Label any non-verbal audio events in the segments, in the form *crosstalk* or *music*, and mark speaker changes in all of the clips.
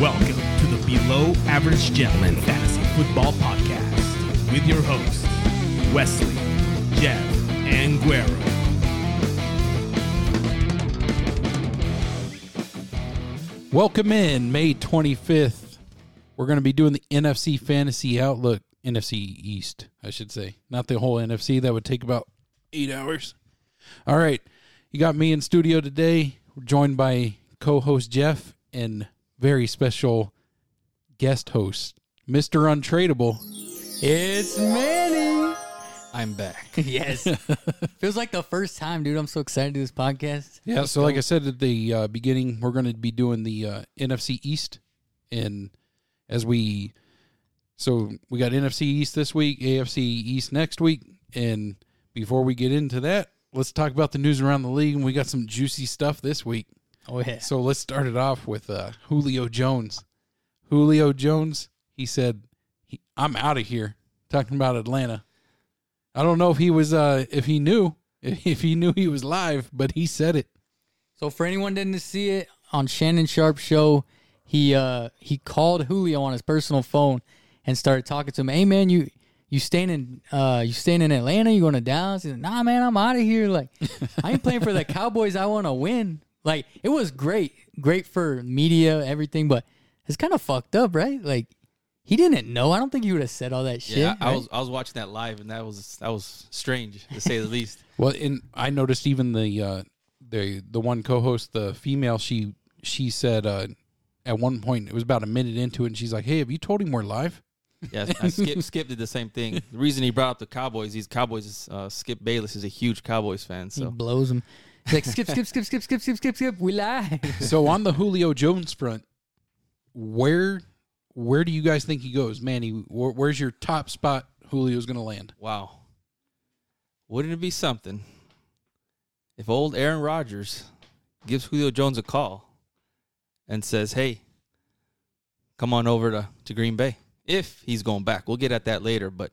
Speaker 1: Welcome to the Below Average Gentlemen Fantasy Football Podcast with your hosts, Wesley, Jeff, and Guero.
Speaker 2: Welcome in May 25th. We're going to be doing the NFC Fantasy Outlook, NFC East, I should say. Not the whole NFC, that would take about eight hours. All right. You got me in studio today. We're joined by co host Jeff and very special guest host, Mr. Untradeable.
Speaker 3: It's Manny. I'm back. *laughs* Yes. Feels like the first time, dude. I'm so excited to do this podcast.
Speaker 2: Yeah, so like I said at the uh, beginning, we're going to be doing the uh, NFC East, and as we, so we got NFC East this week, AFC East next week, and before we get into that, let's talk about the news around the league, and we got some juicy stuff this week.
Speaker 3: Oh yeah.
Speaker 2: So let's start it off with uh, Julio Jones. Julio Jones, he said, he, "I'm out of here." Talking about Atlanta, I don't know if he was, uh, if he knew, *laughs* if he knew he was live, but he said it.
Speaker 3: So for anyone didn't see it on Shannon Sharp show, he uh he called Julio on his personal phone and started talking to him. Hey man, you you staying in uh you staying in Atlanta? You going to Dallas? He's like, nah man, I'm out of here. Like I ain't playing for the Cowboys. I want to win. Like it was great, great for media, everything, but it's kind of fucked up, right? Like he didn't know. I don't think he would have said all that shit.
Speaker 4: Yeah, I, I
Speaker 3: right?
Speaker 4: was I was watching that live, and that was that was strange to say the least.
Speaker 2: Well, and I noticed even the uh, the the one co-host, the female, she she said uh, at one point it was about a minute into it, and she's like, "Hey, have you told him we're live?"
Speaker 4: Yeah, I- Skip Skip did the same thing. The reason he brought up the Cowboys, these Cowboys, is, uh, Skip Bayless is a huge Cowboys fan,
Speaker 3: He
Speaker 4: so
Speaker 3: blows him. He's like, skip, skip, skip, skip, skip, skip, skip, skip. We lie. *laughs*
Speaker 2: so on the Julio Jones front, where where do you guys think he goes, Manny? Where, where's your top spot? Julio's going to land.
Speaker 4: wow. Wouldn't it be something if old Aaron Rodgers gives Julio Jones a call and says, "Hey, come on over to to Green Bay." If he's going back, we'll get at that later. But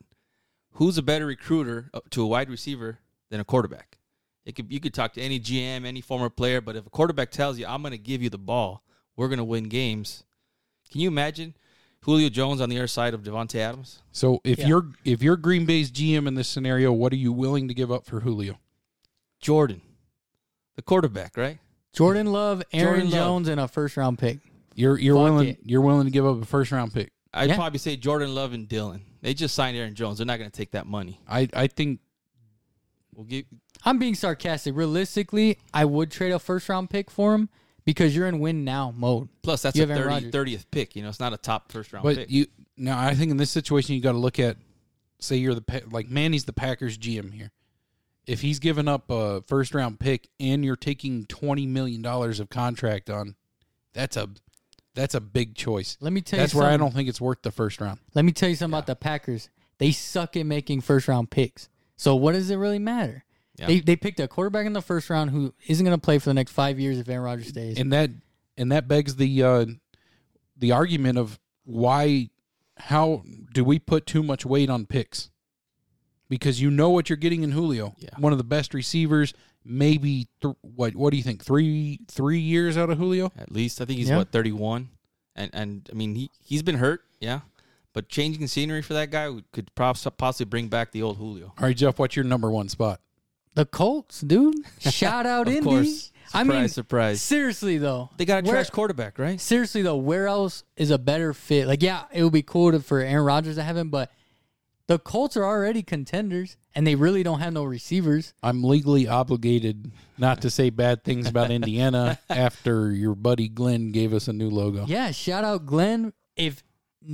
Speaker 4: who's a better recruiter up to a wide receiver than a quarterback? It could you could talk to any GM, any former player, but if a quarterback tells you, "I'm going to give you the ball, we're going to win games," can you imagine Julio Jones on the other side of Devontae Adams?
Speaker 2: So if
Speaker 3: Yeah.
Speaker 2: you're if you're Green Bay's GM in this scenario, what are you willing to give up for Julio?
Speaker 4: Jordan, the quarterback, right?
Speaker 3: Jordan Love, Aaron
Speaker 4: Jordan Love.
Speaker 3: Jones, and a first round pick.
Speaker 2: You're you're
Speaker 3: Fuck
Speaker 2: willing
Speaker 3: it.
Speaker 2: you're willing to give up a first round pick.
Speaker 4: I'd
Speaker 3: Yeah.
Speaker 4: probably say Jordan Love and Dylan. They just signed Aaron Jones. They're not going to take that money.
Speaker 2: I I think
Speaker 4: We'll give
Speaker 3: I'm being sarcastic. Realistically, I would trade a first round pick for him because you're in win now mode.
Speaker 4: plus that's
Speaker 3: You
Speaker 4: a
Speaker 3: have Aaron
Speaker 4: 30,
Speaker 3: Rodgers.
Speaker 4: 30th pick. You know, it's not a top first round
Speaker 2: But
Speaker 4: pick.
Speaker 2: you now, I think in this situation, you got to look at, say you're the Pa- like Manny's the Packers GM here. If he's given up a first round pick and you're taking twenty million dollars of contract on, that's a that's a big choice.
Speaker 3: Let me tell
Speaker 2: That's
Speaker 3: you
Speaker 2: where I
Speaker 3: something.
Speaker 2: don't think it's worth the first round.
Speaker 3: Let me tell you something about the Packers. They suck at making first round picks. So what does it really matter?
Speaker 4: Yeah.
Speaker 3: They they picked a quarterback in the first round who isn't going to play for the next five years if Aaron Rodgers stays.
Speaker 2: and that and that begs the uh, the argument of why how do we put too much weight on picks because you know what you're getting in Julio
Speaker 4: Yeah.
Speaker 2: one of the best receivers maybe th- what what do you think 3 3 years out of Julio
Speaker 4: At least I think he's
Speaker 3: Yeah.
Speaker 4: what 31. And and I mean he he's been hurt, yeah. But changing scenery for that guy would- could poss- possibly bring back the old Julio.
Speaker 2: all right Jeff what's your number one spot
Speaker 3: the Colts,
Speaker 4: *laughs*
Speaker 3: dude. Shout out
Speaker 4: Of
Speaker 3: Indy.
Speaker 4: course. Surprise,
Speaker 3: I mean,
Speaker 4: surprise.
Speaker 3: seriously though,
Speaker 4: They got a
Speaker 3: where-
Speaker 4: trash quarterback, right?
Speaker 3: seriously though, where else is a better fit? Like, yeah, it would be cool to, for Aaron Rodgers to have him, but the Colts are already contenders, and they really don't have no receivers.
Speaker 2: I'm legally obligated not to say bad things *laughs* about Indiana after your buddy Glenn gave us a new logo
Speaker 3: Yeah, shout out Glenn. If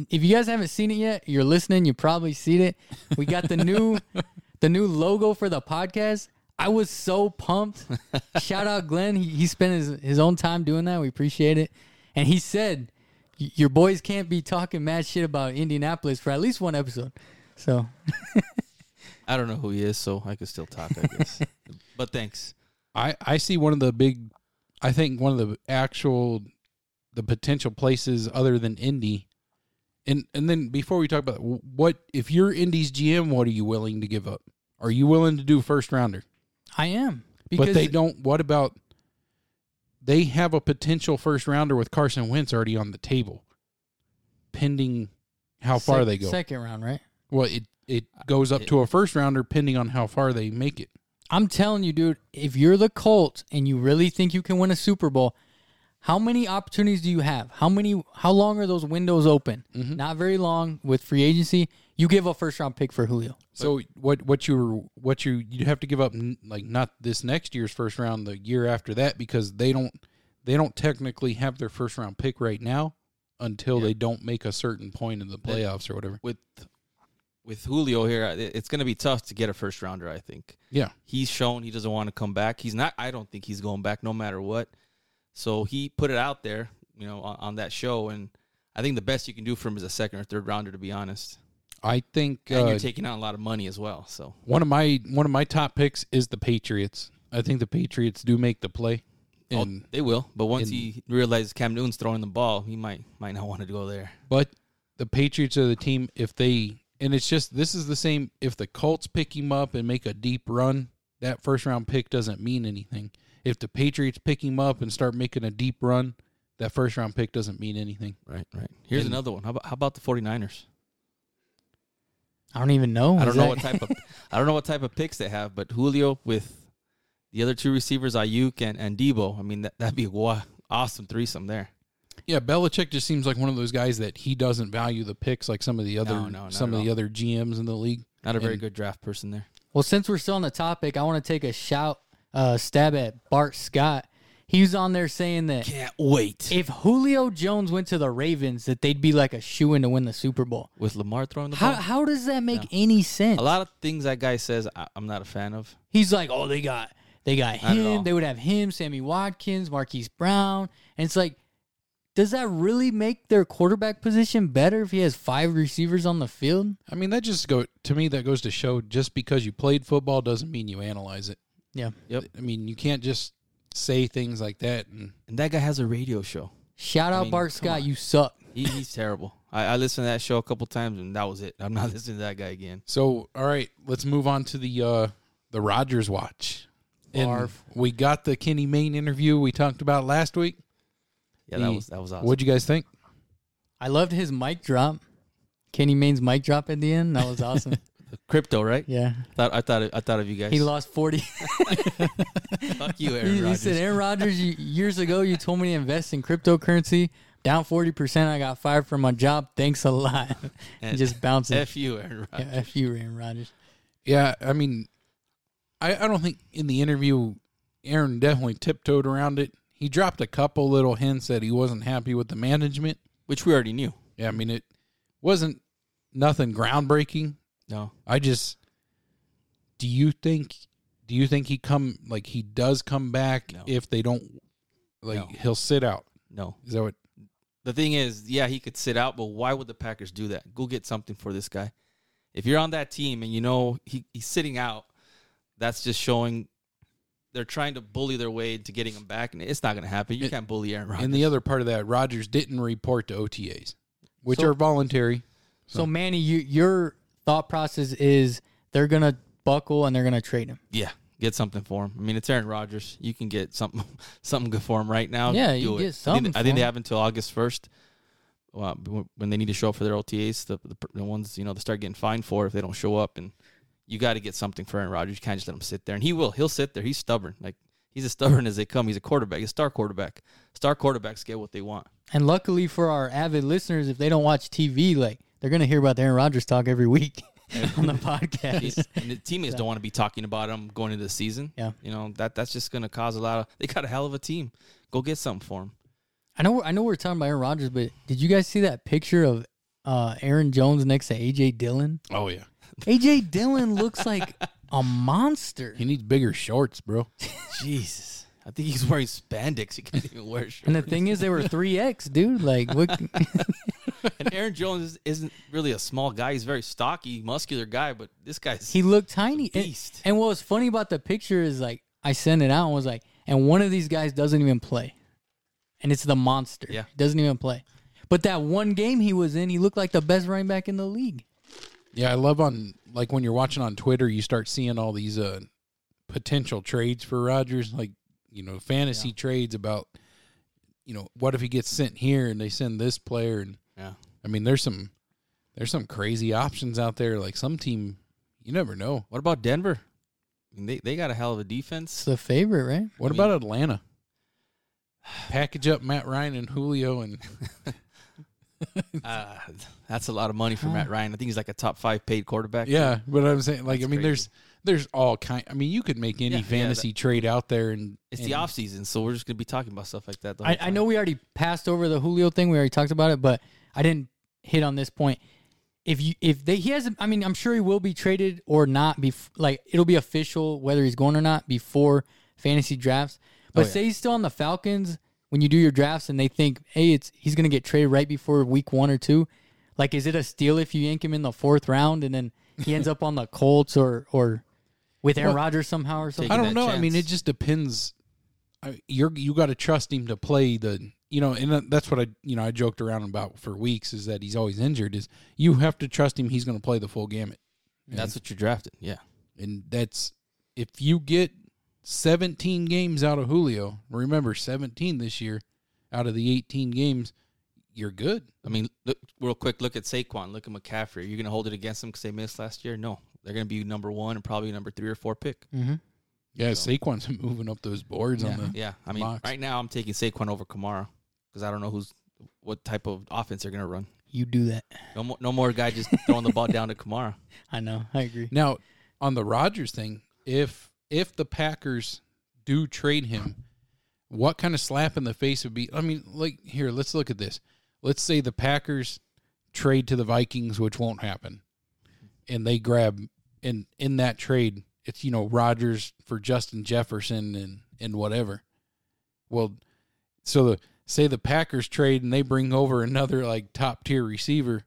Speaker 3: if you guys haven't seen it yet, you're listening. You probably seen it. We got the new the new logo for the podcast. I was so pumped. Shout out Glenn. He, he spent his, his own time doing that. We appreciate it. And he said, "Y- "Your boys can't be talking mad shit about Indianapolis for at least one episode." So
Speaker 4: I don't know who he is, so I could still talk, I
Speaker 3: *laughs*
Speaker 4: guess. but thanks.
Speaker 2: I, I see one of the big, I think one of the actual, the potential places other than Indy, and and then before we talk about it, what if you're Indy's GM, what are you willing to give up? Are you willing to do first rounder?
Speaker 3: I am
Speaker 2: But they don't. What about they have a potential first rounder with Carson Wentz already on the table, pending how far
Speaker 3: Sec-
Speaker 2: they go.
Speaker 3: Second round, right?
Speaker 2: well, it it goes up
Speaker 4: It-
Speaker 2: to a first rounder pending on how far they make it.
Speaker 3: I'm telling you, dude, if you're the Colts and you really think you can win a Super Bowl, how many opportunities do you have? How many how long are those windows open?
Speaker 4: Mm-hmm.
Speaker 3: Not very long with free agency. You give a first round pick for Julio.
Speaker 2: So what what you were what you you have to give up n- like not this next year's first round the year after that because they don't they don't technically have their first round pick right now until they don't make a certain point in the playoffs or whatever.
Speaker 4: with with Julio here, I- it- it's going to be tough to get a first rounder. I think
Speaker 2: Yeah.
Speaker 4: he's shown he doesn't want to come back. He's not. I don't think he's going back, no matter what. So he put it out there, you know, on, on that show, and I think the best you can do for him is a second or third rounder, to be honest.
Speaker 2: I think uh,
Speaker 4: And you're taking out a lot of money as well. So
Speaker 2: one of my one of my top picks is the Patriots. I think the Patriots do make the play.
Speaker 4: Oh,
Speaker 2: And
Speaker 4: they will, but once
Speaker 2: and-
Speaker 4: he realizes Cam Newton's throwing the ball, he might might not want to go there.
Speaker 2: But the Patriots are the team if they and it's just this is the same if the Colts pick him up and make a deep run, that first round pick doesn't mean anything. If the Patriots pick him up and start making a deep run, that first round pick doesn't mean anything.
Speaker 4: Right, right. Here's
Speaker 2: And-
Speaker 4: another one. How about how about the 49ers?
Speaker 3: I don't even know. Is
Speaker 4: I don't know
Speaker 3: that-
Speaker 4: what type of I don't know what type of picks they have, but Julio with the other two receivers, Ayuk and, and Debo. I mean, that that'd be a wa- awesome threesome there.
Speaker 2: Yeah, Belichick just seems like one of those guys that he doesn't value the picks like some of the other
Speaker 4: No, no, not
Speaker 2: some
Speaker 4: at
Speaker 2: of the
Speaker 4: all.
Speaker 2: other GMs in the league.
Speaker 4: Not a very
Speaker 2: And-
Speaker 4: good draft person there.
Speaker 3: *laughs* Well, since we're still on the topic, I want to take a shout uh, stab at Bart Scott. He was on there saying that
Speaker 4: Can't wait
Speaker 3: if Julio Jones went to the Ravens, that they'd be like a shoe in to win the Super Bowl.
Speaker 4: with Lamar throwing the
Speaker 3: How,
Speaker 4: ball.
Speaker 3: how does that make
Speaker 4: No.
Speaker 3: any sense?
Speaker 4: A lot of things that guy says I, I'm not a fan of.
Speaker 3: He's like, oh, they got they got
Speaker 4: Not at all.
Speaker 3: him. They would have him, Sammy Watkins, Marquise Brown, and it's like, does that really make their quarterback position better if he has five receivers on the field?
Speaker 2: I mean that just go to me that goes to show just because you played football doesn't mean you analyze it.
Speaker 3: Yeah.
Speaker 2: I mean you can't just say things like that and
Speaker 4: And that guy has a radio show.
Speaker 3: Shout out
Speaker 4: mean,
Speaker 3: Bart
Speaker 4: come
Speaker 3: Scott,
Speaker 4: on.
Speaker 3: you suck.
Speaker 4: He, he's terrible. I, I listened to that show a couple times and that was it. I'm not *laughs* listening to that guy again.
Speaker 2: So, all right, let's move on to the uh the Rogers watch. And
Speaker 3: Barf.
Speaker 2: we got the Kenny Main interview we talked about last week.
Speaker 4: Yeah, that
Speaker 2: He-
Speaker 4: was that was awesome.
Speaker 2: What'd you guys think?
Speaker 3: I loved his mic drop. Kenny Maine's mic drop at the end. That was
Speaker 4: *laughs*
Speaker 3: awesome.
Speaker 4: Crypto, right?
Speaker 3: yeah.
Speaker 4: Thought, I thought I thought of you guys.
Speaker 3: He lost 40.
Speaker 4: Fuck you,
Speaker 3: he, *laughs*
Speaker 4: Aaron
Speaker 3: he
Speaker 4: Rodgers.
Speaker 3: said, Aaron Rodgers, you, years ago, you told me to invest in cryptocurrency. Down 40%. I got fired from my job. Thanks a lot. *laughs*
Speaker 4: And-
Speaker 3: just bouncing.
Speaker 4: F you, Aaron Rodgers.
Speaker 3: Yeah, F you, Aaron Rodgers.
Speaker 2: Yeah, I mean, I, I don't think in the interview, Aaron definitely tiptoed around it. He dropped a couple little hints that he wasn't happy with the management.
Speaker 4: Which we already knew.
Speaker 2: Yeah, I mean, it wasn't nothing groundbreaking.
Speaker 4: No.
Speaker 2: I just do you think do you think he come like he does come back
Speaker 4: No.
Speaker 2: if they don't like
Speaker 4: No.
Speaker 2: he'll sit out?
Speaker 4: No.
Speaker 2: Is that what
Speaker 4: The thing is, yeah, he could sit out, but why would the Packers do that? Go get something for this guy. If you're on that team and you know he, he's sitting out, that's just showing they're trying to bully their way into getting him back, and it's not going to happen. You
Speaker 2: And-
Speaker 4: can't bully Aaron Rodgers.
Speaker 2: And the other part of that, Rogers didn't report to OTAs, which
Speaker 3: So-
Speaker 2: are voluntary.
Speaker 3: So, Manny, you, your thought process is they're going to buckle and they're going to trade him.
Speaker 4: yeah, get something for him. I mean, it's Aaron Rodgers. You can get something *laughs* something good for him right now.
Speaker 3: Yeah,
Speaker 4: Do
Speaker 3: you
Speaker 4: it.
Speaker 3: get
Speaker 4: I
Speaker 3: something
Speaker 4: think, I
Speaker 3: for
Speaker 4: think they
Speaker 3: him.
Speaker 4: have until August first. Well, when they need to show up for their OTAs, the, the, the ones you know they start getting fined for if they don't show up, and you got to get something for Aaron Rodgers. You can't just let him sit there, and he will. He'll sit there. He's stubborn. Like he's as *laughs* stubborn as they come. He's a quarterback. He's a star quarterback. Star quarterbacks get what
Speaker 3: *laughs*
Speaker 4: they want.
Speaker 3: And luckily for our avid listeners, if they don't watch TV, like they're going to hear about the Aaron Rodgers talk every week *laughs* on the
Speaker 4: He's-
Speaker 3: podcast.
Speaker 4: and the teammates don't want to be talking about him going into the season.
Speaker 3: Yeah.
Speaker 4: you know that that's just going to cause a lot of. They got a hell of a team. Go get something for him.
Speaker 3: I know, I know, we're talking about Aaron Rodgers, but did you guys see that picture of uh, Aaron Jones next to AJ Dillon?
Speaker 2: Oh yeah,
Speaker 3: AJ Dillon looks like a monster.
Speaker 2: he needs bigger shorts, bro.
Speaker 4: Jesus. I think he's wearing spandex. He can't even wear shorts.
Speaker 3: And the thing is, they were three X, dude. Like, *laughs* what,
Speaker 4: And Aaron Jones is- isn't really a small guy. He's a very stocky, muscular guy, but this guy's
Speaker 3: he looked tiny. And,
Speaker 4: beast.
Speaker 3: and what was funny about the picture is like I sent it out and was like, and one of these guys doesn't even play, and it's the monster.
Speaker 4: Yeah.
Speaker 3: doesn't even play. But that one game he was in, he looked like the best running back in the league.
Speaker 2: Yeah, I love on like when you're watching on Twitter, you start seeing all these uh potential trades for Rogers. Like you know, fantasy
Speaker 3: Yeah.
Speaker 2: trades about, you know, what if he gets sent here and they send this player and
Speaker 4: Yeah.
Speaker 2: I mean, there's some there's some crazy options out there. Like some team, you never know.
Speaker 4: What about Denver? I mean, they they got a hell of a defense.
Speaker 3: It's *laughs* the favorite, right?
Speaker 2: What
Speaker 4: I mean-
Speaker 2: about Atlanta? Package up Matt Ryan and Julio
Speaker 4: *laughs*
Speaker 2: and
Speaker 4: Uh, that's a lot of money for
Speaker 3: Ah.
Speaker 4: Matt Ryan. I think he's like a top five paid quarterback.
Speaker 2: yeah, but I'm saying like I
Speaker 4: That's
Speaker 2: mean
Speaker 4: crazy.
Speaker 2: there's there's all kind. I mean you could make any
Speaker 4: Yeah, yeah,
Speaker 2: fantasy trade out there and
Speaker 4: It's
Speaker 2: and
Speaker 4: the off season, so we're just gonna be talking about stuff like that. the
Speaker 3: I,
Speaker 4: whole
Speaker 3: I
Speaker 4: time.
Speaker 3: know we already passed over the Julio thing. We already talked about it, but I didn't hit on this point. If you if they he hasn't, I mean, I'm sure he will be traded or not. Be like it'll be official whether he's going or not before fantasy drafts. But say he's still on the Falcons when you do your drafts, and they think, hey, it's he's going to get traded right before week one or two. Like, is it a steal if you yank him in the fourth round and then he *laughs* ends up on the Colts or or with Aaron
Speaker 2: Well,
Speaker 3: Rodgers somehow or something?
Speaker 2: I
Speaker 4: taking
Speaker 2: don't
Speaker 4: that
Speaker 2: know. I mean, it
Speaker 4: chance.
Speaker 2: just depends. I, you're you got to trust him to play the you know, and that- that's what I you know I joked around about for weeks is that he's always injured. Is you have to trust him. He's going to play the full gamut,
Speaker 4: that's what you're drafting. Yeah,
Speaker 2: and that's if you get 17 games out of Julio. Remember, 17 this year out of the 18 games, you're good.
Speaker 4: I mean, look real quick. Look at Saquon. Look at McCaffrey. Are you gonna hold it against them because they missed last year? No, they're gonna be number one and probably number three or four pick.
Speaker 3: mm-hmm.
Speaker 2: Yeah,
Speaker 4: So-
Speaker 2: Saquon's *laughs* moving up those boards on the.
Speaker 4: Yeah, I mean,
Speaker 2: Locks.
Speaker 4: right now I'm taking Saquon over Kamara because I don't know who's what type of offense they're gonna run.
Speaker 3: You do that.
Speaker 4: No more, no more
Speaker 2: *laughs*
Speaker 4: guy just throwing the ball down to Kamara.
Speaker 3: I know. I agree.
Speaker 2: Now, on the Rodgers thing, if if the Packers do trade him, what kind of slap in the face would be? I mean, like here, let's look at this. Let's say the Packers trade to the Vikings, which won't happen, and they grab and in that trade, it's you know Rodgers for Justin Jefferson and and whatever. Well, so the say the Packers trade and they bring over another like top tier receiver.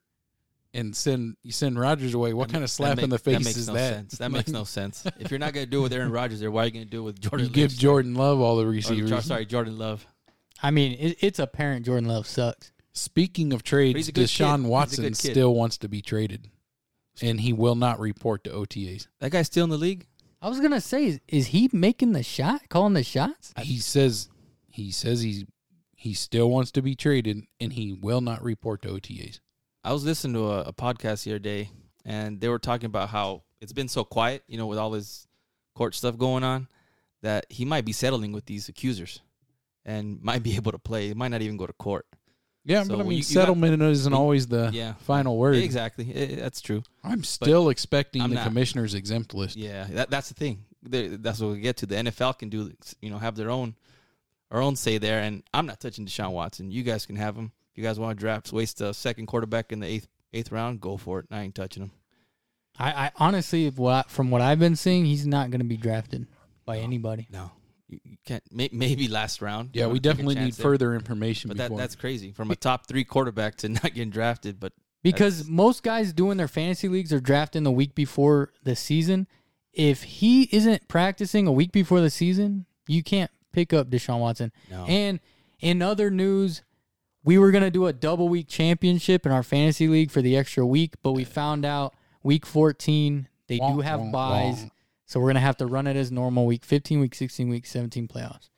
Speaker 2: And send you send Rodgers away. What
Speaker 4: That
Speaker 2: kind
Speaker 4: ma-
Speaker 2: of slap
Speaker 4: that
Speaker 2: in the
Speaker 4: makes-
Speaker 2: face
Speaker 4: that makes
Speaker 2: is
Speaker 4: no
Speaker 2: that?
Speaker 4: Sense. That
Speaker 2: *laughs*
Speaker 4: makes no sense. If you're not gonna do it with Aaron Rodgers, there, why are you gonna do it with Jordan?
Speaker 2: You give
Speaker 4: Lynch?
Speaker 2: Jordan Love all the
Speaker 4: Or,
Speaker 2: receivers.
Speaker 4: Jor- sorry, Jordan Love.
Speaker 3: I mean, it, it's apparent Jordan Love sucks.
Speaker 2: Speaking of
Speaker 4: But he's
Speaker 2: trades,
Speaker 4: a good kid.
Speaker 2: Deshaun
Speaker 4: He's a
Speaker 2: Watson
Speaker 4: good kid.
Speaker 2: still wants to be traded, and he will not report to OTAs.
Speaker 4: That guy's still in the league.
Speaker 3: I was gonna say, is, is he making the shot, calling the shots?
Speaker 2: He says he says he's he still wants to be traded, and he will not report to OTAs.
Speaker 4: I was listening to a, a podcast the other day, and they were talking about how it's been so quiet, you know, with all this court stuff going on, that he might be settling with these accusers, and might be *laughs* able to play. He might not even go to court.
Speaker 2: Yeah,
Speaker 4: So
Speaker 2: but I
Speaker 4: when
Speaker 2: mean,
Speaker 4: you- you got-
Speaker 2: settlement isn't always the
Speaker 4: Yeah.
Speaker 2: final word.
Speaker 4: Exactly, Eh, that's true.
Speaker 2: I'm still expecting
Speaker 4: I'm
Speaker 2: the
Speaker 4: not-
Speaker 2: commissioner's exempt list.
Speaker 4: Yeah, that, that's the thing. They- That's what we get to. The NFL can do, you know, have their own, our own say there. And I'm not touching Deshaun Watson. You guys can have him. If you guys want to draft, waste a second quarterback in the eighth eighth round, go for it. I ain't touching him.
Speaker 3: I, I honestly, if what I- from what I've been seeing, he's not gonna be drafted by anybody.
Speaker 4: No, you, you can't. May, maybe last round.
Speaker 2: Yeah,
Speaker 4: You
Speaker 2: we
Speaker 4: wanna take a
Speaker 2: definitely need
Speaker 4: chance there.
Speaker 2: further information
Speaker 4: But that,
Speaker 2: before.
Speaker 4: that's
Speaker 2: *laughs*
Speaker 4: crazy from a top three quarterback to *laughs* not getting drafted. But
Speaker 3: Because most guys doing their fantasy leagues are drafting the week before the season. If he isn't practicing a week before the season, you can't pick up Deshaun Watson.
Speaker 4: No.
Speaker 3: And in other news, we were gonna do a double week championship in our fantasy league for the extra week, but we found out week fourteen they do
Speaker 2: Wah,
Speaker 3: have
Speaker 2: wah,
Speaker 3: buys,
Speaker 2: wah.
Speaker 3: so we're gonna have to run it as normal week fifteen, week sixteen, week seventeen playoffs.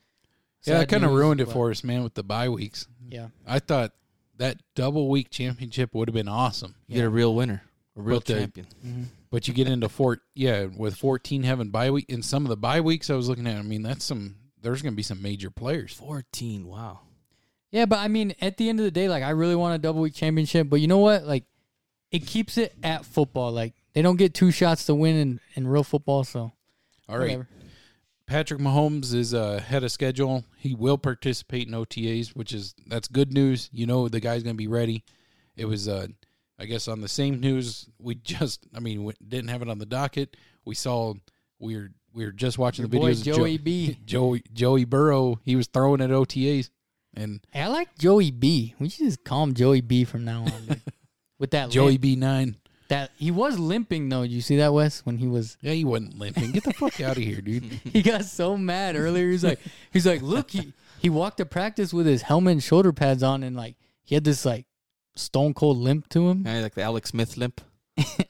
Speaker 2: yeah, that
Speaker 3: Sad
Speaker 2: kind of
Speaker 3: news,
Speaker 2: ruined it
Speaker 3: but-
Speaker 2: for us, man, with the bye weeks.
Speaker 3: Yeah,
Speaker 2: I thought that double week championship would have been awesome.
Speaker 4: you get a real winner, a real
Speaker 2: But uh, the-
Speaker 4: champion.
Speaker 2: But you get into four, yeah, with fourteen having bye week, and some of the bye weeks I was looking at. I mean, that's some. There's going to be some major players.
Speaker 4: Fourteen. Wow.
Speaker 3: yeah, but I mean, at the end of the day, like I really want a double week championship, but you know what? Like, it keeps it at football. Like they don't get two shots to win in, in real football, so
Speaker 2: All right,
Speaker 3: whatever.
Speaker 2: Patrick Mahomes is uh, head of schedule. He will participate in OTAs, which is that's good news. You know the guy's going to be ready. It was, uh, I guess, on the same news. We *laughs* just, I mean, we didn't have it on the docket. We saw we were we were just watching
Speaker 3: Your
Speaker 2: the
Speaker 3: boy
Speaker 2: videos. of
Speaker 3: Joey B.
Speaker 2: *laughs* Joey Joey Burrow. He was throwing at OTAs, and
Speaker 3: Hey, I like Joey B. We should just call him Joey B from now on.
Speaker 2: *laughs*
Speaker 3: dude. With that
Speaker 2: Joey
Speaker 3: limp,
Speaker 2: B nine.
Speaker 3: that he was limping though. Did you see that, Wes? When he was,
Speaker 2: Yeah, he wasn't limping. Get the fuck *laughs* out of here, dude.
Speaker 3: he got so mad earlier. He's like, he's like, look, he he walked to practice with his helmet and shoulder pads on, and like he had this like stone cold limp to him.
Speaker 4: Kinda like the Alex Smith limp.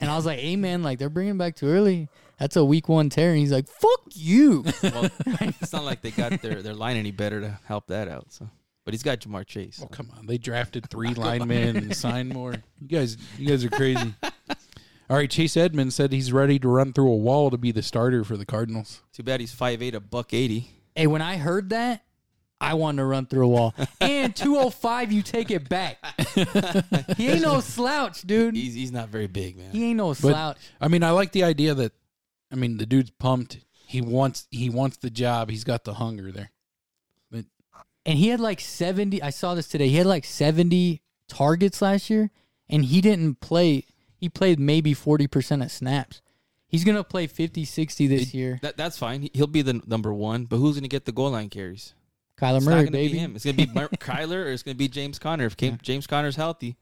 Speaker 3: And I was like, hey man, like they're bringing him back too early. That's a week one tear, and he's like, "Fuck
Speaker 4: *laughs*
Speaker 3: you."
Speaker 4: Well, it's not like they got their, their line any better to help that out. So, but he's got Jamar Chase.
Speaker 2: Oh
Speaker 4: so.
Speaker 2: come on! They drafted three linemen and signed more. You guys, you guys are crazy. All right, Chase Edmonds said he's ready to run through a wall to be the starter for the Cardinals.
Speaker 4: Too bad he's 5'8", a buck eighty.
Speaker 3: hey, when I heard that, I wanted to run through a wall. and 205, you take it back. he ain't no slouch, dude.
Speaker 4: He's he's not very big, man.
Speaker 3: He ain't no slouch.
Speaker 2: I mean, I like the idea that, I mean, the dude's pumped. He wants he wants the job. He's got the hunger there.
Speaker 3: and he had like 70 i saw this today he had like 70 targets last year and he didn't play he played maybe 40% of snaps he's gonna play 50 60 this year
Speaker 4: That that's fine. He- He'll be the n- number one. But who's gonna get the goal line carries?
Speaker 3: kyler
Speaker 4: It's not
Speaker 3: murray
Speaker 4: gonna
Speaker 3: baby
Speaker 4: be him. It's gonna be Mar- Kyler or it's gonna be James Conner. If Cam- James Conner's healthy,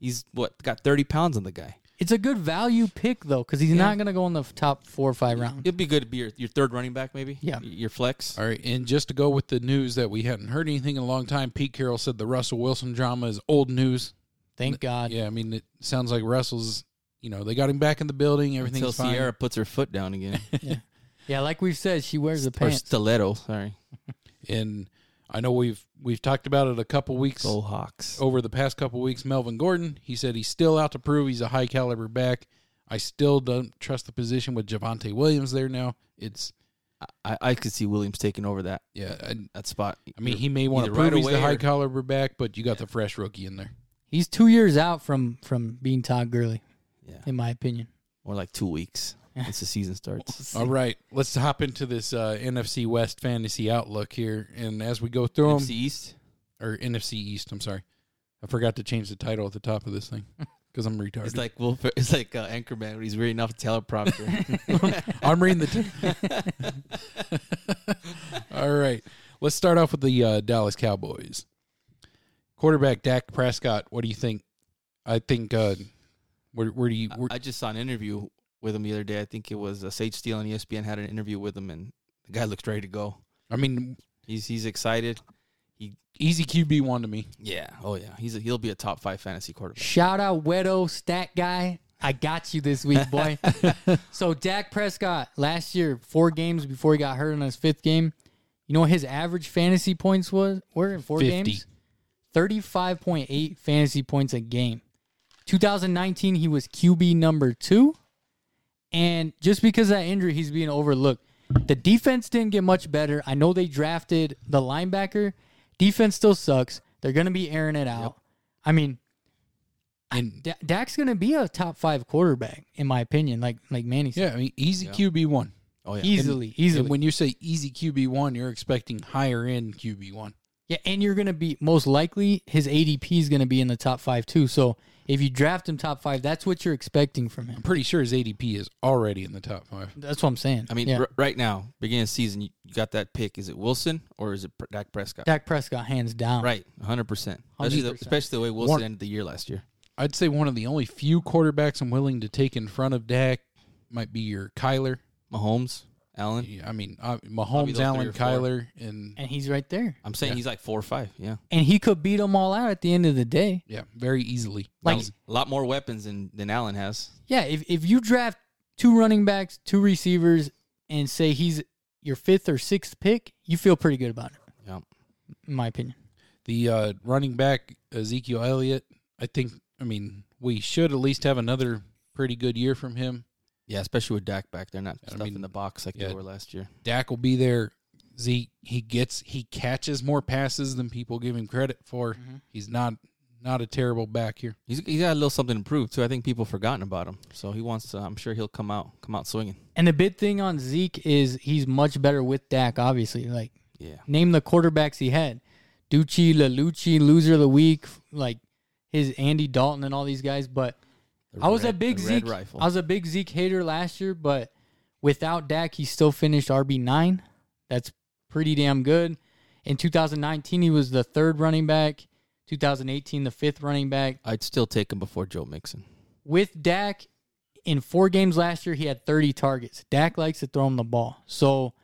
Speaker 4: he's what got thirty pounds on the guy.
Speaker 3: it's a good value pick though because he's not gonna go in the f- top four or five rounds
Speaker 4: It'd be good to be your, your third running back, maybe.
Speaker 3: Yeah.
Speaker 4: Y- your flex.
Speaker 2: All right, and just to go with the news that we hadn't heard anything in a long time, Pete Carroll said the Russell Wilson drama is old news.
Speaker 3: thank god
Speaker 2: Yeah, I mean, it sounds like Russell's. You know, they got him back in the building.
Speaker 4: Until
Speaker 2: Everything's fine.
Speaker 4: Sierra puts her foot down again,
Speaker 3: yeah like we've said she wears the
Speaker 4: or
Speaker 3: pants
Speaker 4: stiletto. Sorry,
Speaker 2: And I know we've we've talked about it a couple weeks
Speaker 4: go Hawks.
Speaker 2: over the past couple weeks. Melvin Gordon, he said he's still out to prove he's a high caliber back. I still don't trust the position with Javante Williams there now. It's
Speaker 4: I, I could see Williams taking over that
Speaker 2: yeah, I,
Speaker 4: that spot.
Speaker 2: I mean he may want to
Speaker 4: Either
Speaker 2: prove
Speaker 4: right
Speaker 2: he's the
Speaker 4: away
Speaker 2: high
Speaker 4: or-
Speaker 2: caliber back, but you got the fresh rookie in there.
Speaker 3: he's two years out from from being todd Gurley,
Speaker 4: yeah,
Speaker 3: in my opinion
Speaker 4: or like two weeks once the season
Speaker 2: *laughs*
Speaker 4: starts.
Speaker 2: All right, let's hop into this uh, NFC West fantasy outlook here, and as we go through them,
Speaker 4: NFC East.
Speaker 2: or NFC East, I'm sorry, I forgot to change the title at the top of this thing *laughs* because I'm retarded.
Speaker 4: It's like Will, Fer- it's like uh, Anchorman when he's reading off a teleprompter.
Speaker 2: I'm reading the. *laughs* T- All right, let's start off with the uh, Dallas Cowboys. Quarterback Dak Prescott. What do you think? I think. Uh, where, where do you? Where,
Speaker 4: I- I just saw an interview with him the other day. I think it was uh, Sage Steele on ESPN had an interview with him, and the guy looks ready to go.
Speaker 2: I mean,
Speaker 4: He's he's excited.
Speaker 2: easy QB one to me.
Speaker 4: Yeah. Oh yeah. He's a, he'll be a top five fantasy quarterback.
Speaker 3: Shout out Wedo Stat Guy. I got you this week, *laughs* boy. so Dak Prescott last year, four games before he got hurt in his fifth game. You know what his average fantasy points was were in four
Speaker 2: 50.
Speaker 3: games? Thirty five point eight fantasy points a game. 2019, he was QB number two. And just because of that injury, he's being overlooked. The defense didn't get much better. I know they drafted the linebacker. Defense still sucks. They're going to be airing it out. I mean,
Speaker 2: And
Speaker 3: Da- Dak's gonna be a top five quarterback in my opinion. Like like Manny said,
Speaker 2: yeah, I mean, easy QB one.
Speaker 4: Oh yeah.
Speaker 3: easily, easily.
Speaker 2: And when you say easy QB one, you're expecting higher end QB one.
Speaker 3: yeah, and you're gonna be most likely his ADP is gonna be in the top five too. So if you draft him top five, that's what you're expecting from him.
Speaker 2: I'm pretty sure his ADP is already in the top five.
Speaker 3: That's what I'm saying.
Speaker 4: I mean,
Speaker 3: yeah.
Speaker 4: r- right now, beginning of season, you, you got that pick. Is it Wilson or is it Pr- Dak Prescott?
Speaker 3: Dak Prescott hands down.
Speaker 4: Right, hundred percent. Especially the
Speaker 3: 100%.
Speaker 4: especially the way Wilson
Speaker 2: One-
Speaker 4: ended the year last year.
Speaker 2: I'd say one of the only few quarterbacks I'm willing to take in front of Dak might be your Kyler.
Speaker 4: Mahomes, Allen.
Speaker 2: Yeah, I mean, uh,
Speaker 4: those
Speaker 2: Mahomes,
Speaker 4: three
Speaker 2: Allen,
Speaker 4: or four.
Speaker 2: Kyler, and
Speaker 3: and he's right there,
Speaker 4: I'm saying he's like four or five. Yeah,
Speaker 3: and he could beat them all out at the end of the day.
Speaker 2: yeah, very easily.
Speaker 3: Like
Speaker 4: a lot more weapons than than Allen has.
Speaker 3: yeah, if if you draft two running backs, two receivers, and say he's your fifth or sixth pick, you feel pretty good about it,
Speaker 4: Yeah.
Speaker 3: in my opinion.
Speaker 2: the uh, running back Ezekiel Elliott, I think. I mean, we should at least have another pretty good year from him.
Speaker 4: Yeah, especially with Dak back, they're not
Speaker 2: I
Speaker 4: stuffing
Speaker 2: mean,
Speaker 4: the box like
Speaker 2: yeah.
Speaker 4: they were last year.
Speaker 2: Dak will be there. Zeke, he gets he catches more passes than people give him credit for. He's not not a terrible back here.
Speaker 4: He's, he's got a little something to prove too. I think people forgotten about him, so he wants to. I'm sure he'll come out come out swinging.
Speaker 3: And the big thing on Zeke is he's much better with Dak, obviously. Like,
Speaker 4: Yeah,
Speaker 3: name the quarterbacks he had. Ducci, Lelucci, loser of the week, like his Andy Dalton and all these guys. But
Speaker 4: The
Speaker 3: I was
Speaker 4: red-
Speaker 3: a big
Speaker 4: the
Speaker 3: Zeke.
Speaker 4: red rifle.
Speaker 3: I was a big Zeke hater last year, but without Dak, he still finished RB nine. That's pretty damn good. In 2019, he was the third running back. 2018, the fifth running back.
Speaker 4: I'd still take him before Joe Mixon.
Speaker 3: with Dak in four games last year, he had 30 targets. Dak likes to throw him the ball. So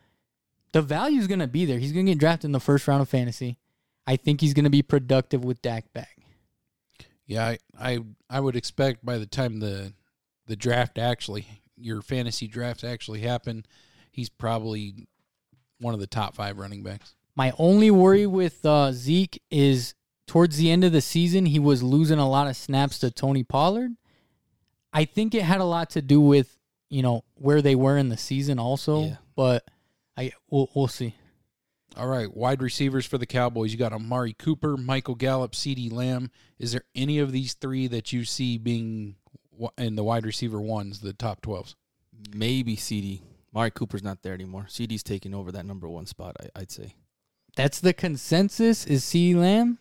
Speaker 3: the value is going to be there. He's going to get drafted in the first round of fantasy. I think he's going to be productive with Dak back.
Speaker 2: Yeah, I, I I would expect by the time the the draft actually your fantasy drafts actually happen, he's probably one of the top five running backs.
Speaker 3: My only worry with uh, Zeke is towards the end of the season, he was losing a lot of snaps to Tony Pollard. I think it had a lot to do with you know where they were in the season, also.
Speaker 4: Yeah.
Speaker 3: But I we'll, we'll see.
Speaker 2: All right, wide receivers for the Cowboys. You got Amari Cooper, Michael Gallup, C.D. Lamb. Is there any of these three that you see being w- in the wide receiver ones, the top 12s?
Speaker 4: Maybe CD. Mari Cooper's not there anymore. CD's taking over that number one spot, I, I'd say.
Speaker 3: That's the consensus. Is C Lamb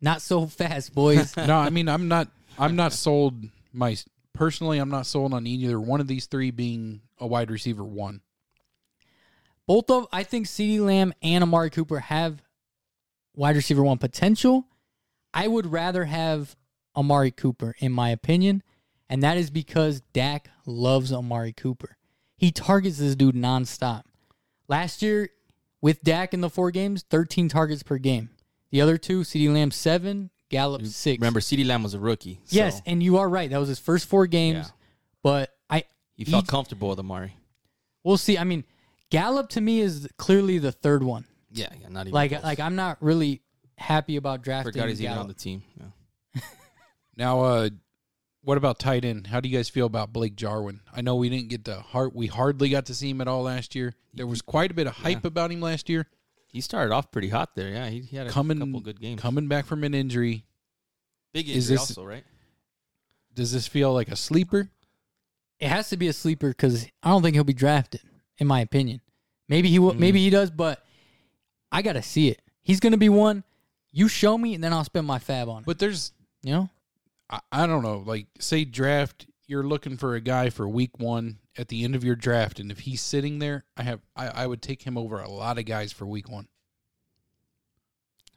Speaker 3: not so fast, boys?
Speaker 2: no, I mean I'm not I'm not sold my personally I'm not sold on either one of these three being a wide receiver one.
Speaker 3: Both of I think CeeDee Lamb and Amari Cooper have wide receiver one potential. I would rather have Amari Cooper, in my opinion, and that is because Dak loves Amari Cooper. He targets this dude nonstop. Last year, with Dak in the four games, 13 targets per game. The other two, CeeDee Lamb seven, Gallup six.
Speaker 4: Remember, CD Lamb was a rookie. so
Speaker 3: yes, and you are right. That was his first four games,
Speaker 4: Yeah.
Speaker 3: but I
Speaker 4: he felt comfortable with Amari.
Speaker 3: we'll see. I mean, Gallup to me is clearly the third one.
Speaker 4: Yeah, yeah, not even.
Speaker 3: Like
Speaker 4: close.
Speaker 3: like I'm not really happy about
Speaker 4: I
Speaker 3: drafting
Speaker 4: forgot he's even on
Speaker 3: Gallup.
Speaker 4: the team. Yeah.
Speaker 2: Now, uh, what about tight end? How do you guys feel about Blake Jarwin? I know we didn't get to heart. We hardly got to see him at all last year. There was quite a bit of hype about him last year.
Speaker 4: He started off pretty hot there. Yeah, he, he had a
Speaker 2: Coming,
Speaker 4: couple good games.
Speaker 2: coming back from an injury.
Speaker 4: Big
Speaker 2: is
Speaker 4: injury
Speaker 2: this-
Speaker 4: also, right?
Speaker 2: Does this feel like a sleeper?
Speaker 3: It has to be a sleeper because I don't think he'll be drafted, in my opinion. Maybe he
Speaker 4: Mm.
Speaker 3: will. Maybe he does, but I gotta see it. He's gonna be one. You show me, and then I'll spend my fab on it.
Speaker 2: But there's,
Speaker 3: you know,
Speaker 2: I, I don't know. Like, say draft, you're looking for a guy for week one at the end of your draft, and if he's sitting there, I have, I, I would take him over a lot of guys for week one.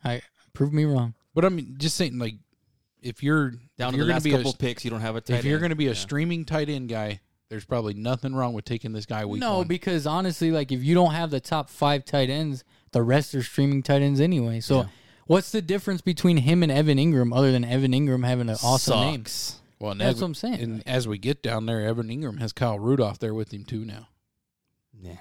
Speaker 3: I prove me wrong.
Speaker 2: But I mean, just saying, like, if you're
Speaker 4: Down
Speaker 2: if
Speaker 4: to
Speaker 2: you're
Speaker 4: the
Speaker 2: gonna
Speaker 4: last
Speaker 2: be
Speaker 4: couple
Speaker 2: a,
Speaker 4: picks, you don't have a tight
Speaker 2: if you're
Speaker 4: end.
Speaker 2: going to be a
Speaker 4: Yeah.
Speaker 2: streaming tight end guy, there's probably nothing wrong with taking this guy week
Speaker 3: no,
Speaker 2: one.
Speaker 3: because honestly, like if you don't have the top five tight ends, the rest are streaming tight ends anyway. So. What's the difference between him and Evan Ingram other than Evan Ingram having an awesome name?
Speaker 4: Sucks.
Speaker 2: well, and
Speaker 3: that's
Speaker 2: as-
Speaker 3: what I'm saying.
Speaker 2: And as we get down there, Evan Ingram has Kyle Rudolph there with him too now.
Speaker 4: Yeah.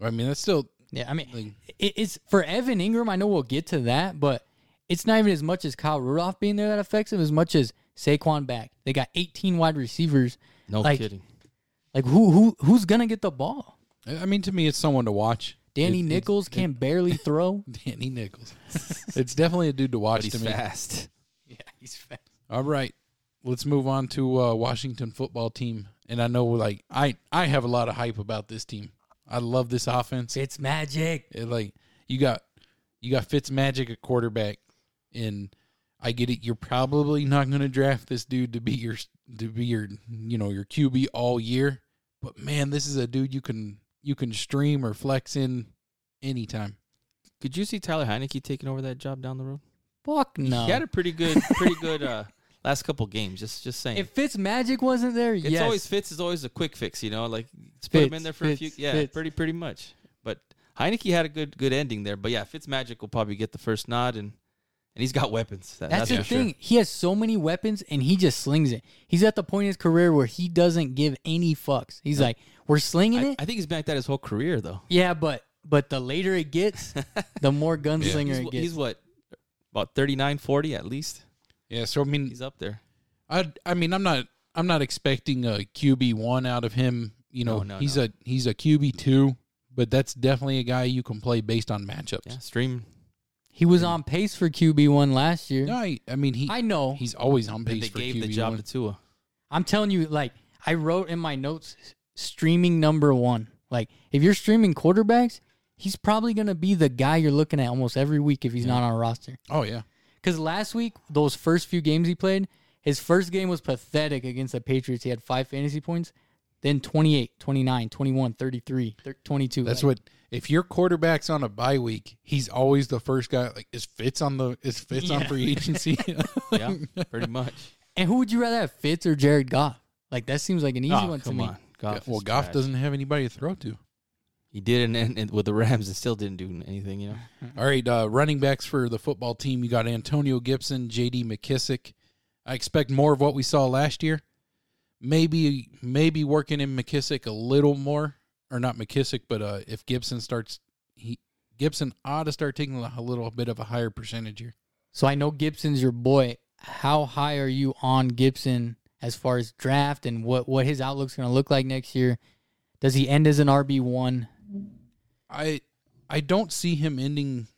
Speaker 2: I mean, that's still
Speaker 3: Yeah, I mean,
Speaker 2: Like-
Speaker 3: it, it's for Evan Ingram. I know we'll get to that, but it's not even as much as Kyle Rudolph being there that affects him as much as Saquon back. They got 18 wide receivers.
Speaker 4: No
Speaker 3: Like-
Speaker 4: kidding.
Speaker 3: Like who who who's gonna get the ball?
Speaker 2: I mean to me, it's someone to watch.
Speaker 3: Danny
Speaker 2: It- it-
Speaker 3: Nichols can barely
Speaker 4: *laughs*
Speaker 3: throw.
Speaker 2: *laughs* Danny Nichols. it's definitely a dude to watch
Speaker 4: But he's
Speaker 2: to me.
Speaker 4: fast.
Speaker 3: yeah, he's fast.
Speaker 2: All right, let's move on to uh, Washington football team. And I know, like I, I have a lot of hype about this team. I love this offense.
Speaker 3: It's magic.
Speaker 2: It, like you got you got Fitz Magic at quarterback, and I get it. You're probably not going to draft this dude to be your to be your you know your QB all year, but man, this is a dude you can you can stream or flex in anytime.
Speaker 4: *laughs* Could you see Tyler Heineke taking over that job down the road?
Speaker 3: Fuck no.
Speaker 4: He had a pretty good, pretty good uh, *laughs* last couple games. Just, just saying.
Speaker 3: if Fitz Magic wasn't there,
Speaker 4: it's
Speaker 3: yes.
Speaker 4: always Fitz is always a quick fix, you know. Like just put him
Speaker 3: Fitz,
Speaker 4: in there for a few,
Speaker 3: Fitz,
Speaker 4: yeah,
Speaker 3: Fitz.
Speaker 4: pretty pretty much. But Heineke had a good good ending there. But yeah, Fitz Magic will probably get the first nod, and and he's got weapons. That,
Speaker 3: That's, the
Speaker 4: for sure.
Speaker 3: thing. He has so many weapons and he just slings it. He's at the point in his career where he doesn't give any fucks. He's like, we're slinging
Speaker 4: I,
Speaker 3: it.
Speaker 4: I think he's been like that his whole career though.
Speaker 3: Yeah, but but the later
Speaker 2: *laughs*
Speaker 3: it gets, the more gunslinger
Speaker 4: He's,
Speaker 3: it
Speaker 4: wh-
Speaker 3: gets.
Speaker 4: he's what about 39, 40 at least.
Speaker 2: Yeah, so I mean,
Speaker 4: He's up there.
Speaker 2: I I mean, I'm not I'm not expecting a QB one out of him. You know,
Speaker 4: No, no,
Speaker 2: he's
Speaker 4: no.
Speaker 2: a he's a QB two, but that's definitely a guy you can play based on matchups.
Speaker 4: Yeah, stream.
Speaker 3: he was on pace for QB one last year.
Speaker 2: No, I, I mean he
Speaker 3: I know.
Speaker 2: he's always on
Speaker 4: They
Speaker 2: pace for
Speaker 4: gave
Speaker 2: QB
Speaker 4: the job
Speaker 2: one.
Speaker 4: to Tua.
Speaker 3: I'm telling you, like I wrote in my notes, streaming number one. Like if you're streaming quarterbacks, he's probably gonna be the guy you're looking at almost every week if he's not on a roster.
Speaker 2: Oh yeah.
Speaker 3: Because last week, those first few games he played, his first game was pathetic against the Patriots. He had five fantasy points, then 28, 29, 21, 33, thir- 22.
Speaker 2: That's
Speaker 3: Like,
Speaker 2: what if your quarterback's on a bye week, he's always the first guy. Like is Fitz on the is Fitz on
Speaker 4: *laughs*
Speaker 3: Yeah.
Speaker 2: free agency?
Speaker 4: *laughs*
Speaker 2: *laughs*
Speaker 4: Yeah, pretty much.
Speaker 3: And who would you rather have, Fitz or Jared Goff? Like that seems like an easy
Speaker 4: Oh,
Speaker 3: one to
Speaker 4: come
Speaker 3: me.
Speaker 4: on, Goff.
Speaker 2: well,
Speaker 4: is
Speaker 2: Goff
Speaker 4: trash.
Speaker 2: doesn't have anybody to throw to.
Speaker 4: He did, and, and, and with the Rams, and still didn't do anything. You know,
Speaker 2: All right, uh, running backs for the football team. You got Antonio Gibson, J.D. McKissick. I expect more of what we saw last year. maybe maybe working in McKissick a little more, or not McKissick, but uh, if Gibson starts, he Gibson ought to start taking a little bit of a higher percentage here.
Speaker 3: So I know Gibson's your boy. How high are you on Gibson as far as draft and what what his outlook's going to look like next year? Does he end as an RB one?
Speaker 2: I I don't see him ending.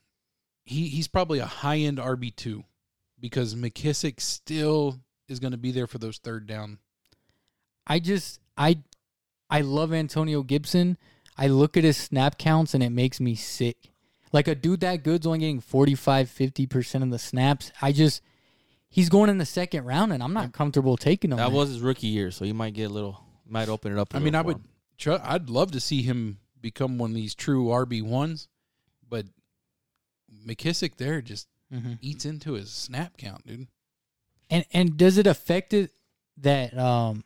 Speaker 2: He he's probably a high end RB two because McKissick still is going to be there for those third down.
Speaker 3: I just I I love Antonio Gibson. I look at his snap counts and it makes me sick. Like a dude that good's only getting 45 50% of the snaps. I just he's going in the second round and I'm not comfortable taking him.
Speaker 4: That
Speaker 3: there.
Speaker 4: was his rookie year, so you might get a little, might open it up. I
Speaker 2: I mean, I would. tr- I'd love to see him become one of these true RB ones, but McKissick there just
Speaker 3: Mhm.
Speaker 2: eats into his snap count, dude.
Speaker 3: And and does it affect it that um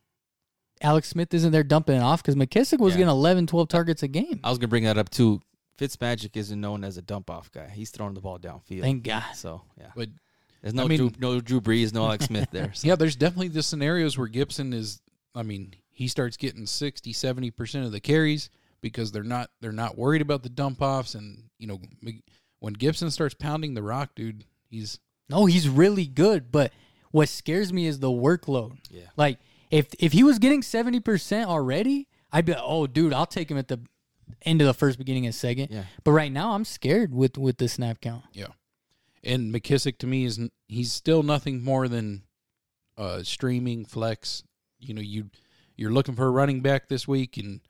Speaker 3: Alex Smith isn't there dumping it off cuz McKissick was
Speaker 4: Yeah. Oh,
Speaker 3: getting 11 12 targets a game.
Speaker 4: I was gonna bring that up too. Fitzmagic isn't known as a dump off guy. He's throwing the ball downfield.
Speaker 3: Thank God.
Speaker 4: so yeah,
Speaker 2: But
Speaker 4: there's no
Speaker 2: I mean-
Speaker 4: Drew, no Drew Brees, no Alex Smith *laughs* there. So.
Speaker 2: yeah, there's definitely the scenarios where Gibson is. I mean, he starts getting 60, 70 percent of the carries because they're not they're not worried about the dump offs, and you know Mc- when Gibson starts pounding the rock, dude, he's
Speaker 3: No, he's really good, but what scares me is the workload.
Speaker 4: Yeah.
Speaker 3: Like if if he was getting 70% already, I'd be like, "Oh, dude, I'll take him at the end of the first beginning of second.
Speaker 4: Yeah.
Speaker 3: But right now I'm scared with with the snap count.
Speaker 2: Yeah, and McKissick to me is n- he's still nothing more than uh, streaming flex. You know, you you're looking for a running back this week, and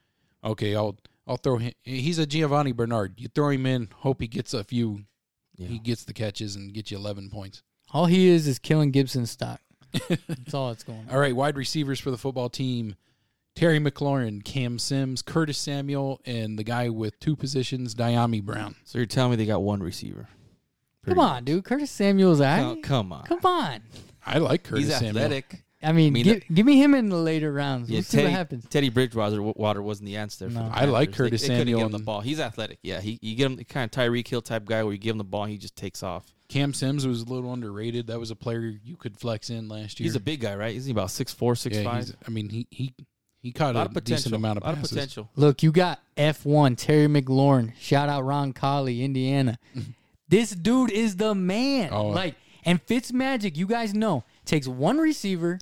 Speaker 2: okay, I'll I'll throw him. He's a Giovanni Bernard. You throw him in, hope he gets a few.
Speaker 4: Yeah.
Speaker 2: He gets the catches and gets you eleven points.
Speaker 3: All he is is killing Gibson
Speaker 4: *laughs*
Speaker 3: stock. That's all that's going on.
Speaker 2: All right, wide receivers for the football team: Terry McLaurin, Cam Sims, Curtis Samuel, and the guy with two positions, Diami Brown.
Speaker 4: So you're telling me they got one receiver?
Speaker 3: Come on, dude. Curtis Samuel's I
Speaker 4: Oh, come on.
Speaker 3: Come on.
Speaker 2: I like Curtis
Speaker 4: He's
Speaker 2: Samuel.
Speaker 4: athletic.
Speaker 3: I mean,
Speaker 4: I mean, uh,
Speaker 3: give, give me him in the later rounds.
Speaker 4: Yeah,
Speaker 3: Let's see what happens.
Speaker 4: Teddy Bridgewater w- water wasn't the answer.
Speaker 3: No.
Speaker 4: For the
Speaker 2: I like
Speaker 4: Panthers.
Speaker 2: Curtis
Speaker 4: they, they couldn't
Speaker 2: Samuel
Speaker 4: Give him the
Speaker 2: and-
Speaker 4: ball. He's athletic. Yeah, he you get him the kind of Tyreek Hill type guy where you give him the ball, and he just takes off.
Speaker 2: Cam Sims was a little underrated. That was a player you could flex in last year.
Speaker 4: He's a big guy, right? Isn't he about six four, six
Speaker 2: yeah,
Speaker 4: five?
Speaker 2: he's- I mean, he he he caught a,
Speaker 4: a lot of
Speaker 2: decent
Speaker 4: potential.
Speaker 2: amount of
Speaker 4: a lot
Speaker 2: passes.
Speaker 4: of potential.
Speaker 3: Look, you got F1, Terry McLaurin. Shout out Ron Colley,
Speaker 4: *laughs*
Speaker 3: Indiana. this dude is the man.
Speaker 2: Oh.
Speaker 3: Like, and Fitzmagic, you guys know, takes one receiver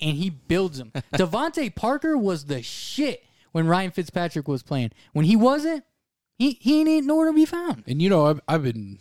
Speaker 3: and he builds
Speaker 4: *laughs*
Speaker 3: him. Devontae Parker was the shit when Ryan Fitzpatrick was playing. When he wasn't, he, he ain't nowhere to be found.
Speaker 2: And you know, I've I've been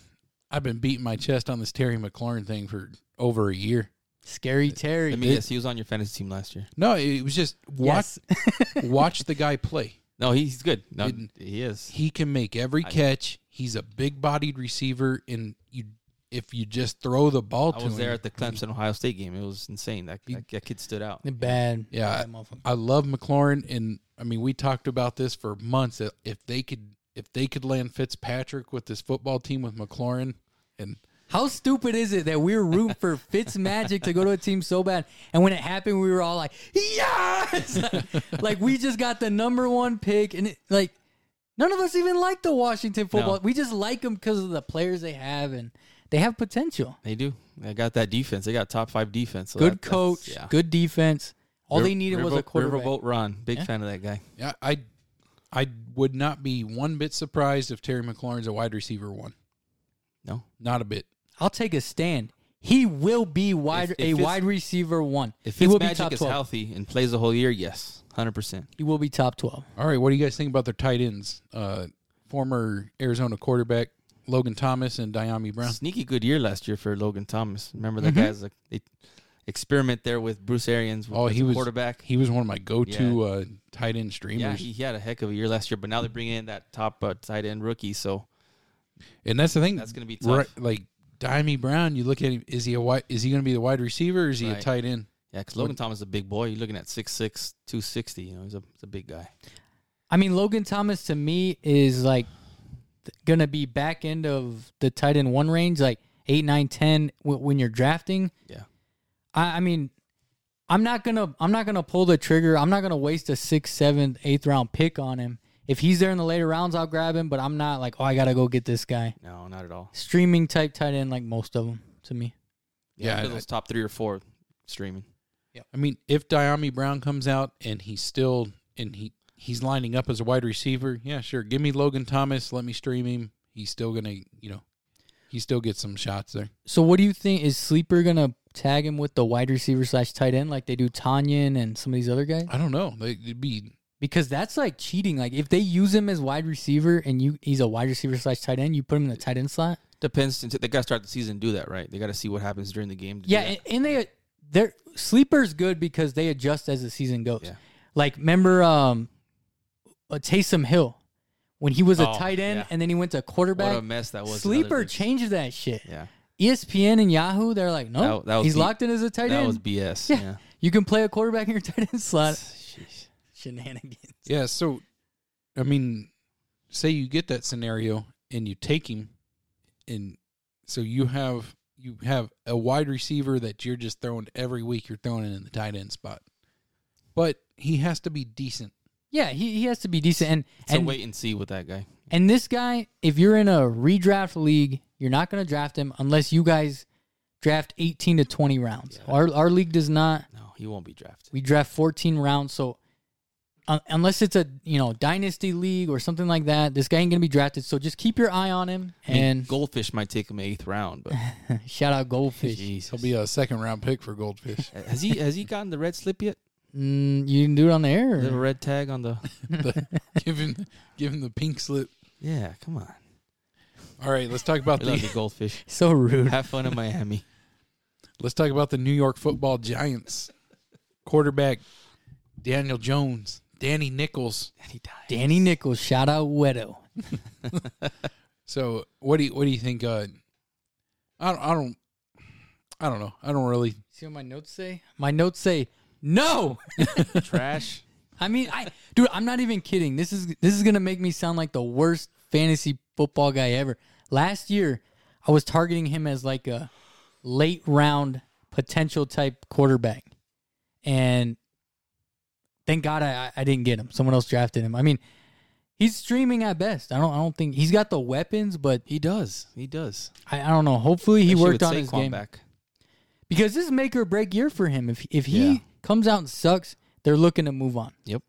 Speaker 2: I've been beating my chest on this Terry McLaurin thing for over a year.
Speaker 3: Scary Terry.
Speaker 4: Let me guess. He was on your fantasy team last year.
Speaker 2: No, it was just watch
Speaker 3: Yes.
Speaker 2: *laughs* watch the guy play.
Speaker 4: No, he- he's good. No,
Speaker 2: Didn't-
Speaker 4: he is.
Speaker 2: He can make every catch. He's a big-bodied receiver, and you if you just throw the ball
Speaker 4: I
Speaker 2: to
Speaker 4: was
Speaker 2: him.
Speaker 4: there at the Clemson Ohio State game. It was insane. That, that, that kid stood out.
Speaker 3: Bad.
Speaker 2: Yeah,
Speaker 3: Bad motherfucker.
Speaker 2: I love McLaurin, and I mean we talked about this for months. That if they could, if they could land Fitzpatrick with this football team with McLaurin, and
Speaker 3: How stupid is it that we were rooting for Fitzmagic to go to a team so bad, and when it happened, we were all like, "Yes!" *laughs* like, we just got the number one pick, and it, like none of us even like the Washington football.
Speaker 4: No.
Speaker 3: We just like them because of the players they have, and they have potential.
Speaker 4: They do. They got that defense. They got top five defense. So
Speaker 3: Good
Speaker 4: that- that's-
Speaker 3: coach,
Speaker 4: yeah.
Speaker 3: good defense. All they
Speaker 4: River-
Speaker 3: needed was a
Speaker 4: Riverboat-
Speaker 3: quarterback.
Speaker 4: Riverboat Ron. Big fan of that guy.
Speaker 2: yeah, I, I would not be one bit surprised if Terry McLaurin's a wide receiver one.
Speaker 4: No.
Speaker 2: Not a bit.
Speaker 3: I'll take a stand. He will be wide
Speaker 4: If- if
Speaker 3: a
Speaker 4: Fitz-
Speaker 3: wide receiver one.
Speaker 4: If
Speaker 3: he
Speaker 4: his
Speaker 3: will be
Speaker 4: magic
Speaker 3: top
Speaker 4: is
Speaker 3: twelve.
Speaker 4: healthy and plays the whole year, yes, hundred percent.
Speaker 3: He will be top twelve.
Speaker 2: All right, what do you guys think about their tight ends? Uh, former Arizona quarterback Logan Thomas and Diami Brown.
Speaker 4: Sneaky good year last year for Logan Thomas. Remember
Speaker 3: Mm-hmm.
Speaker 4: that guy's like they experiment there with Bruce Arians. With
Speaker 2: Oh,
Speaker 4: as
Speaker 2: he
Speaker 4: a
Speaker 2: was-
Speaker 4: quarterback.
Speaker 2: He was one of my go-to
Speaker 4: Yeah.
Speaker 2: uh, tight end streamers.
Speaker 4: yeah, he, he had a heck of a year last year, but now they're bringing in that top uh, tight end rookie. So
Speaker 2: And that's the thing.
Speaker 4: That's gonna be
Speaker 2: Right,
Speaker 4: tough.
Speaker 2: like Dimey Brown, you look at him. Is he a wide? Is he going to be the wide receiver? or Is he a
Speaker 4: Right.
Speaker 2: tight end?
Speaker 4: yeah, because Logan Thomas is a big boy. You're looking at 6'6", 260. You know, he's a, he's a big guy.
Speaker 3: I mean, Logan Thomas to me is like th- gonna be back end of the tight end one range, like eight, nine, ten. W- when you're drafting,
Speaker 4: Yeah.
Speaker 3: I, I mean, I'm not gonna, I'm not gonna pull the trigger. I'm not gonna waste a sixth, seventh, eighth round pick on him. If he's there in the later rounds, I'll grab him. But I'm not like, oh, I gotta go get this guy.
Speaker 4: No, not at all.
Speaker 3: Streaming type tight end, like most of them to me.
Speaker 2: Yeah,
Speaker 4: Yeah,
Speaker 2: I-
Speaker 4: those top three or four streaming.
Speaker 3: Yep.
Speaker 2: I mean, if Diami Brown comes out and he's still and he he's lining up as a wide receiver, yeah, sure. Give me Logan Thomas. Let me stream him. He's still gonna, you know, he still gets some shots there.
Speaker 3: So what do you think? Is Sleeper gonna tag him with the wide receiver slash tight end like they do Tanyan and some of these other guys?
Speaker 2: I don't know. They, it'd be
Speaker 3: Because that's like cheating. Like if they use him as wide receiver and you he's a wide receiver slash tight end, you put him in the tight end slot.
Speaker 4: Depends. until- They got to start the season and do that, right? They got to see what happens during the game. to do
Speaker 3: Yeah,
Speaker 4: that.
Speaker 3: and, and they they're sleepers good because they adjust as the season goes.
Speaker 4: Yeah.
Speaker 3: Like remember um uh, Taysom Hill when he was a
Speaker 4: Oh,
Speaker 3: tight end
Speaker 4: yeah.
Speaker 3: and then he went to
Speaker 4: what a
Speaker 3: quarterback.
Speaker 4: mess that was. in other
Speaker 3: Sleeper
Speaker 4: leagues.
Speaker 3: changes that shit. E
Speaker 4: Yeah,
Speaker 3: ESPN and Yahoo, they're like, no,
Speaker 4: That- that was
Speaker 3: he's
Speaker 4: deep.
Speaker 3: locked in as a tight
Speaker 4: that
Speaker 3: end.
Speaker 4: was BS.
Speaker 3: Yeah.
Speaker 4: Yeah.
Speaker 3: you can play a quarterback in your *laughs* tight end
Speaker 4: *laughs*
Speaker 3: slot.
Speaker 4: Sheesh.
Speaker 3: Shenanigans.
Speaker 2: yeah. So, I mean, say you get that scenario and you take him, and so you have you have a wide receiver that you're just throwing every week. You're throwing it in the tight end spot, but he has to be decent.
Speaker 3: Yeah, he, he has to be decent. And
Speaker 4: So
Speaker 3: and,
Speaker 4: wait and see with that guy.
Speaker 3: and this guy, if you're in a redraft league, you're not going to draft him unless you guys draft 18 to 20 rounds.
Speaker 4: Yeah.
Speaker 3: Our our league does not.
Speaker 4: No, he won't be drafted.
Speaker 3: We draft 14 rounds, so un- unless it's a you know dynasty league or something like that, this guy ain't going to be drafted. So just keep your eye on him.
Speaker 4: I mean,
Speaker 3: And
Speaker 4: goldfish might take him eighth round, but
Speaker 3: shout out Goldfish.
Speaker 4: Jesus.
Speaker 2: He'll be a second round pick for *laughs* Goldfish.
Speaker 4: has he has he gotten the red slip yet?
Speaker 3: Mm, you didn't do it on the air.
Speaker 4: The
Speaker 3: or-
Speaker 4: red tag on the
Speaker 2: give him give him the pink slip.
Speaker 4: yeah. Come on,
Speaker 2: All right, let's talk about
Speaker 4: I love
Speaker 2: the
Speaker 3: *laughs*
Speaker 4: the goldfish.
Speaker 3: So rude.
Speaker 4: Have fun in Miami.
Speaker 2: let's talk about the New York Football Giants quarterback Daniel Jones, Danny Nichols.
Speaker 4: he died.
Speaker 3: Danny Nichols, shout out Wedo.
Speaker 2: So what do you what do you think? Uh, I don't, I don't I don't know. I don't really.
Speaker 3: See what my notes say? My notes say no.
Speaker 4: Trash.
Speaker 3: I mean, I dude, I'm not even kidding. This is this is gonna make me sound like the worst fantasy football guy ever. Last year, I was targeting him as like a late round potential type quarterback, and thank God I, I- I didn't get him. Someone else drafted him. I mean, he's streaming at best. I don't I don't think he's got the weapons, but
Speaker 4: He does. He does.
Speaker 3: I, I don't know. Hopefully, he
Speaker 4: Wish
Speaker 3: worked
Speaker 4: would
Speaker 3: on
Speaker 4: Saquon
Speaker 3: his game
Speaker 4: back.
Speaker 3: because this is make or break year for him. If if he
Speaker 4: Yeah.
Speaker 3: comes out and sucks, they're looking to move on.
Speaker 4: Yep.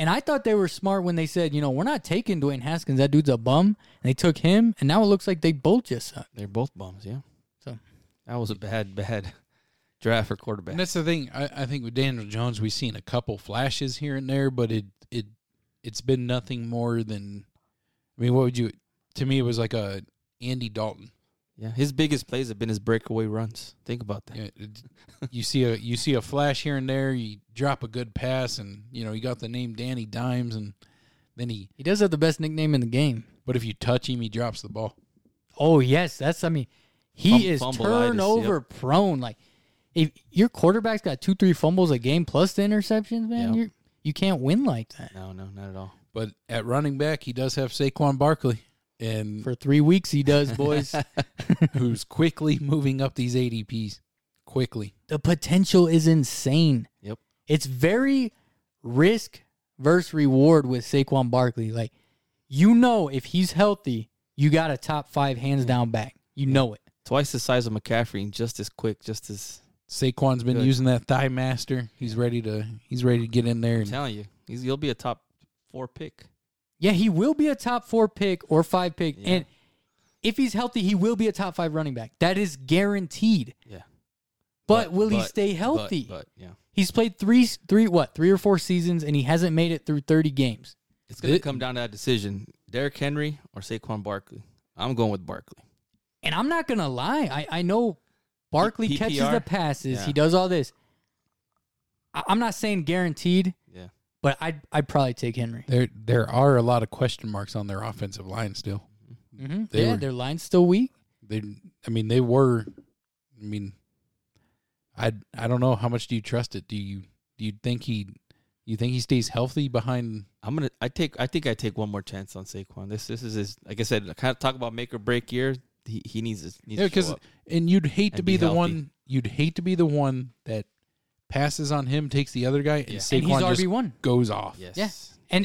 Speaker 3: And I thought they were smart when they said, you know, we're not taking Dwayne Haskins. That dude's a bum. And they took him, and now it looks like they both just suck.
Speaker 4: They're both bums. Yeah.
Speaker 3: So-
Speaker 4: that was a bad bad *laughs* draft for quarterback.
Speaker 2: And that's the thing. I, I think with Daniel Jones, we've seen a couple flashes here and there, but it it it's been nothing more than. I mean, what would you? To me, it was like a Andy Dalton.
Speaker 4: Yeah, his biggest plays have been his breakaway runs. Think about that.
Speaker 2: Yeah, it- you see a you see a flash here and there. You drop a good pass, and you know you got the name Danny Dimes, and then he.
Speaker 3: He does have the best nickname in the game.
Speaker 2: But if you touch him, he drops the ball.
Speaker 3: Oh yes, that's I mean, he
Speaker 4: Fum-
Speaker 3: is
Speaker 4: fumbleitis, yep.
Speaker 3: turnover prone. Like if your quarterback's got two, three fumbles a game plus the interceptions, man,
Speaker 4: Yep.
Speaker 3: you're- you can't win like that.
Speaker 4: No, no, not at all.
Speaker 2: But at running back, he does have Saquon Barkley, and
Speaker 3: For three weeks, he does, boys.
Speaker 4: *laughs*
Speaker 2: who's quickly moving up these ADPs. Quickly,
Speaker 3: the potential is insane.
Speaker 4: Yep.
Speaker 3: It's very risk versus reward with Saquon Barkley. Like, you know, if he's healthy, you got a top five hands down back. You know it.
Speaker 4: Twice the size of McCaffrey and just as quick, just as
Speaker 2: Saquon's been
Speaker 4: Good.
Speaker 2: using that thigh master. He's ready to. He's ready to get in there.
Speaker 4: I'm
Speaker 2: And
Speaker 4: telling you, he's, he'll be a top four pick.
Speaker 3: Yeah, he will be a top four pick or five pick.
Speaker 4: Yeah.
Speaker 3: And if he's healthy, he will be a top five running back. That is guaranteed.
Speaker 4: Yeah.
Speaker 3: But, will he
Speaker 4: but-
Speaker 3: stay
Speaker 4: but-
Speaker 3: healthy?
Speaker 4: But, yeah,
Speaker 3: He's played three, three, what, three or four seasons, and he hasn't made it through 30 games.
Speaker 4: it's going to
Speaker 2: It-
Speaker 4: come down to that decision: Derrick Henry or Saquon Barkley. I'm going with Barkley.
Speaker 3: And I'm not gonna lie, I, I know Barkley
Speaker 4: P-
Speaker 3: catches
Speaker 4: PPR?
Speaker 3: the passes,
Speaker 4: Yeah.
Speaker 3: he does all this. I, I'm not saying guaranteed,
Speaker 4: Yeah,
Speaker 3: but I'd I'd probably take Henry.
Speaker 2: there, there are a lot of question marks on their offensive line still.
Speaker 3: hmm
Speaker 2: They
Speaker 3: yeah,
Speaker 2: were-
Speaker 3: their line's still weak.
Speaker 2: They, I mean, they were. I mean, I, I don't know how much do you trust it. Do you, do you think he, you think he stays healthy behind?
Speaker 4: I'm gonna. I take. I think I take one more chance on Saquon. This. This is his. Like I said, kind of talk about make or break year. He, he needs to. Needs
Speaker 2: Yeah,
Speaker 4: to show
Speaker 2: because
Speaker 4: up.
Speaker 2: and you'd hate to
Speaker 4: And
Speaker 2: be,
Speaker 4: be
Speaker 2: the
Speaker 4: healthy.
Speaker 2: one. You'd hate to be the one that passes on him, takes the other guy, and
Speaker 4: Yeah.
Speaker 2: Saquon
Speaker 3: And he's
Speaker 2: just
Speaker 3: RB one.
Speaker 2: goes off.
Speaker 4: Yes.
Speaker 3: and-
Speaker 4: yes.
Speaker 2: And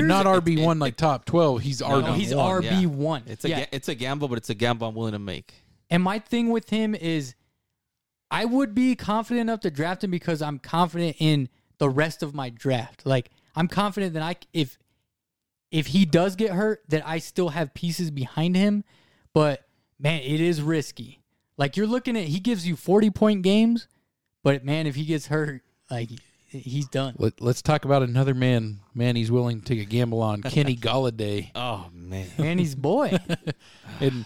Speaker 3: Here's
Speaker 2: not
Speaker 3: a-
Speaker 2: RB one like top twelve. He's
Speaker 4: No,
Speaker 2: RB.
Speaker 3: No, Oh, he's
Speaker 4: one,
Speaker 3: RB one.
Speaker 4: It's a.
Speaker 3: Yeah.
Speaker 4: ga- It's a gamble, but it's a gamble I'm willing to make.
Speaker 3: And my thing with him is I would be confident enough to draft him because I'm confident in the rest of my draft. Like I'm confident that I c- if if he does get hurt, that I still have pieces behind him. But man, it is risky. Like you're looking at he gives you 40 point games, but man, if he gets hurt, like
Speaker 2: *laughs*
Speaker 3: he's done.
Speaker 2: Let, let's talk about another man. Man, he's willing to take a gamble
Speaker 3: *laughs*
Speaker 2: on Kenny Galladay.
Speaker 4: Oh man.
Speaker 3: Man, he's boy.
Speaker 2: And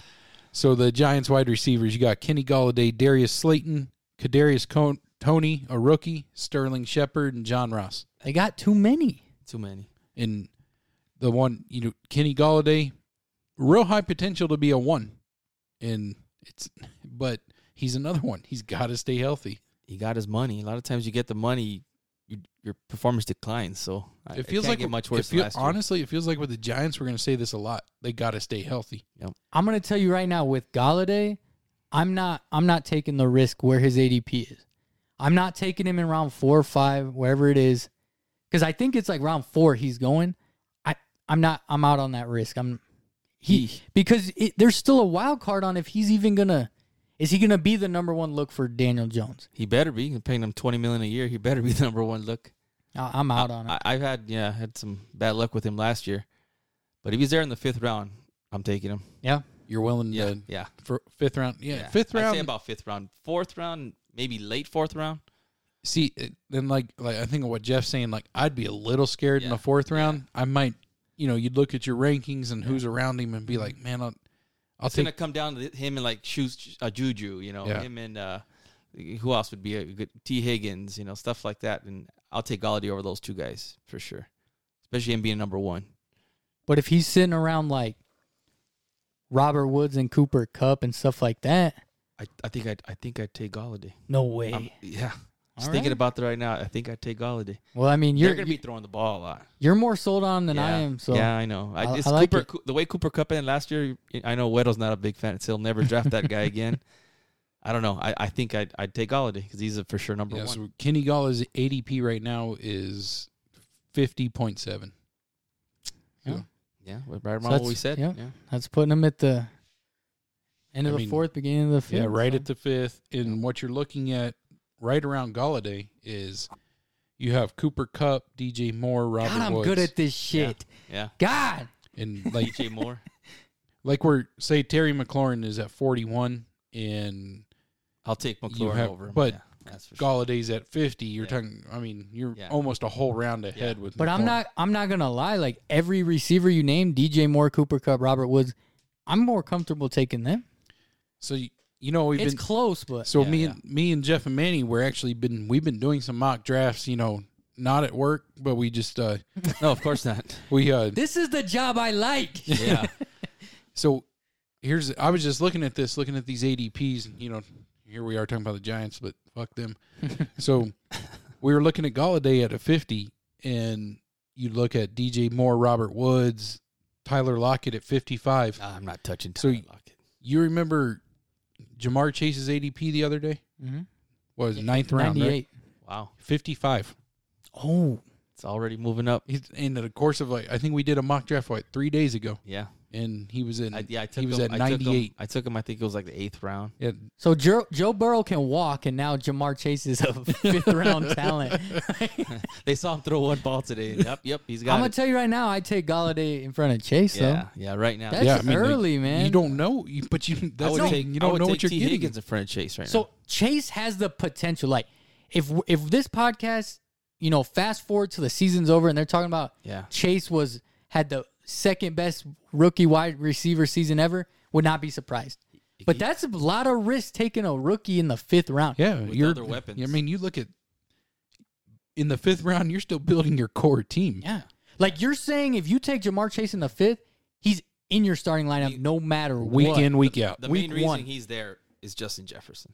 Speaker 2: so the Giants wide receivers, you got Kenny Galladay, Darius Slayton, Kadarius Con- Tony, a rookie, Sterling Shepard, and John Ross.
Speaker 3: they got too many.
Speaker 4: *laughs* Too many.
Speaker 2: And the one, you know, Kenny Galladay, real high potential to be a one, and it's, but he's another one. He's got to stay healthy.
Speaker 4: He got his money. A lot of times you get the money, you, your performance declines. So I-
Speaker 2: It feels
Speaker 4: Uh, can't
Speaker 2: like
Speaker 4: get much worse
Speaker 2: It
Speaker 4: than
Speaker 2: feel-
Speaker 4: last year.
Speaker 2: honestly, it feels like with the Giants, we're going to say this a lot. They got to stay healthy.
Speaker 3: I'm gonna tell you right now with Galladay, I'm not I'm not taking the risk where his ADP is. I'm not taking him in round four or five, wherever it is, because I think it's like round four he's going. I I'm not I'm out on that risk. I'm he because it, there's still a wild card on if he's even gonna is he gonna be the number one look for Daniel Jones?
Speaker 4: He better be. You're paying him twenty million a year. He better be the *laughs* number one look.
Speaker 3: I, I'm out on it.
Speaker 4: I, I've had yeah, I had some bad luck with him last year, but if he's there in the fifth round, I'm taking him.
Speaker 3: Yeah,
Speaker 2: You're willing
Speaker 4: Yeah,
Speaker 2: to
Speaker 4: yeah,
Speaker 2: for fifth round, yeah,
Speaker 4: yeah.
Speaker 2: fifth
Speaker 4: I'd
Speaker 2: round.
Speaker 4: say about fifth round, fourth round, maybe late fourth round.
Speaker 2: see, it- then like like I think of what Jeff's saying. Like I'd be a little scared in
Speaker 4: Yeah,
Speaker 2: the fourth round. I might, you know, you'd look at your rankings and who's around him and be like, man, I'll, I'll
Speaker 4: It's gonna
Speaker 2: take.
Speaker 4: come down to him and like shoes uh, Juju, you know,
Speaker 2: Yeah.
Speaker 4: him and uh, who else would be a good T Higgins, you know, stuff like that. And I'll take Galladay over those two guys for sure, especially him being number one.
Speaker 3: but if he's sitting around like Robert Woods and Cooper Cup and stuff like that,
Speaker 4: I, I think I I think I'd take Galladay.
Speaker 3: no way.
Speaker 4: I'm- yeah, just
Speaker 3: All
Speaker 4: thinking
Speaker 3: right.
Speaker 4: about that right now. I think I'd take Galladay.
Speaker 3: well, I mean,
Speaker 4: You're
Speaker 3: you're
Speaker 4: gonna be throwing the ball a lot.
Speaker 3: You're more sold on him than I
Speaker 4: yeah.
Speaker 3: am. So
Speaker 4: yeah, I know. I,
Speaker 3: I-
Speaker 4: it's
Speaker 3: I like
Speaker 4: Cooper,
Speaker 3: it.
Speaker 4: Coo- the way Cooper Cup ended last year. I know Weddle's not a big fan. So he'll never draft that
Speaker 3: *laughs*
Speaker 4: guy again. I don't know. I, I think I'd, I'd take Galladay because he's a for sure number
Speaker 2: Yeah,
Speaker 4: one.
Speaker 2: so Kenny Galla's ADP right now is fifty point seven.
Speaker 4: Yeah, right around what
Speaker 3: that's-
Speaker 4: we said.
Speaker 3: yeah.
Speaker 4: yeah.
Speaker 3: that's putting him at the end of
Speaker 2: I
Speaker 3: the
Speaker 2: mean,
Speaker 3: fourth, beginning of the fifth.
Speaker 2: Yeah, right
Speaker 3: so.
Speaker 2: at the fifth. And what you're looking at right around Galladay is you have Cooper Cup, DJ Moore, Robert
Speaker 3: God, I'm
Speaker 2: Woods,
Speaker 3: good at this shit.
Speaker 4: Yeah.
Speaker 3: God,
Speaker 2: and like
Speaker 4: DJ Moore.
Speaker 2: like we're say Terry McLaurin is at 41 and
Speaker 4: *laughs* I'll take
Speaker 2: You
Speaker 4: McLaurin
Speaker 2: have-
Speaker 4: over him.
Speaker 2: but
Speaker 4: yeah, that's for sure.
Speaker 2: Galladay's at 50. You're
Speaker 4: Yeah.
Speaker 2: talking. I mean, you're
Speaker 4: Yeah.
Speaker 2: almost a whole round ahead with.
Speaker 3: but I'm
Speaker 2: McLaurin.
Speaker 3: not. I'm not gonna lie. Like every receiver you name, DJ Moore, Cooper Cup, Robert Woods, I'm more comfortable taking them.
Speaker 2: So you, you know we've
Speaker 3: it's
Speaker 2: been.
Speaker 3: close, but
Speaker 2: so
Speaker 4: Yeah,
Speaker 2: me
Speaker 4: yeah.
Speaker 2: and me and Jeff and Manny we're actually been we've been doing some mock drafts. You know, not at work, but we just uh
Speaker 4: *laughs* No, of
Speaker 3: *laughs*
Speaker 4: course not.
Speaker 2: we uh
Speaker 3: this is the job
Speaker 2: *laughs*
Speaker 3: I like.
Speaker 4: Yeah.
Speaker 2: So here's I was just looking at this, looking at these ADPs, and you know, here we are talking about the Giants, but fuck
Speaker 4: *laughs*
Speaker 2: them. so we were looking at Galladay at a fifty, and you look at DJ Moore, Robert Woods, Tyler Lockett at fifty five.
Speaker 4: Nah, I'm not touching
Speaker 2: So
Speaker 4: Tyler
Speaker 2: you-
Speaker 4: Lockett.
Speaker 2: You remember Jamar Chase's ADP the other day?
Speaker 4: Mm-hmm.
Speaker 3: Mhm.
Speaker 2: What was it, ninth round, right?
Speaker 3: Ninety-eight.
Speaker 4: Wow.
Speaker 2: Fifty five.
Speaker 3: Oh,
Speaker 4: It's already moving up.
Speaker 2: In the course of like, I think we did a mock draft what three days ago,
Speaker 4: Yeah.
Speaker 2: and he was in.
Speaker 4: I, yeah, I took
Speaker 2: he was
Speaker 4: him,
Speaker 2: at
Speaker 4: I took him-
Speaker 2: ninety eight.
Speaker 4: I took him, I think it was like the eighth round.
Speaker 2: Yeah,
Speaker 3: so Joe, Joe Burrow can walk, and now Jamar Chase is a
Speaker 2: *laughs*
Speaker 3: fifth round talent. *laughs*
Speaker 4: They saw him throw one ball today. Yep, yep. He's got
Speaker 3: I'm gonna
Speaker 4: it.
Speaker 3: tell you right now, I take Galladay in front of Chase.
Speaker 4: yeah,
Speaker 3: Though
Speaker 4: yeah, right now.
Speaker 3: That's
Speaker 2: yeah, I mean, like,
Speaker 3: early, man.
Speaker 2: You don't know, you, but you
Speaker 4: I
Speaker 2: that's
Speaker 4: would
Speaker 2: the
Speaker 4: take,
Speaker 2: thing, you
Speaker 4: I
Speaker 2: don't
Speaker 4: would
Speaker 2: know
Speaker 4: take
Speaker 2: what you're
Speaker 4: T.
Speaker 2: getting.
Speaker 4: Higgins in front of Chase right
Speaker 3: So Chase has the potential. Like if if this podcast, you know, fast forward to the season's over and they're talking about
Speaker 4: now. Yeah.
Speaker 3: Chase was had the second best rookie wide receiver season ever, would not be surprised. But that's a lot of risk taking a rookie in the fifth round.
Speaker 2: Yeah,
Speaker 4: with
Speaker 2: you're,
Speaker 4: other weapons.
Speaker 2: I mean, you look at in the fifth round, you're still building your core team.
Speaker 3: Yeah. Like you're saying if you take Jamar Chase in the fifth, he's in your starting lineup no matter
Speaker 2: Week
Speaker 3: what.
Speaker 2: in, week out.
Speaker 4: The
Speaker 3: Week
Speaker 4: main reason
Speaker 3: one.
Speaker 4: he's there is Justin Jefferson.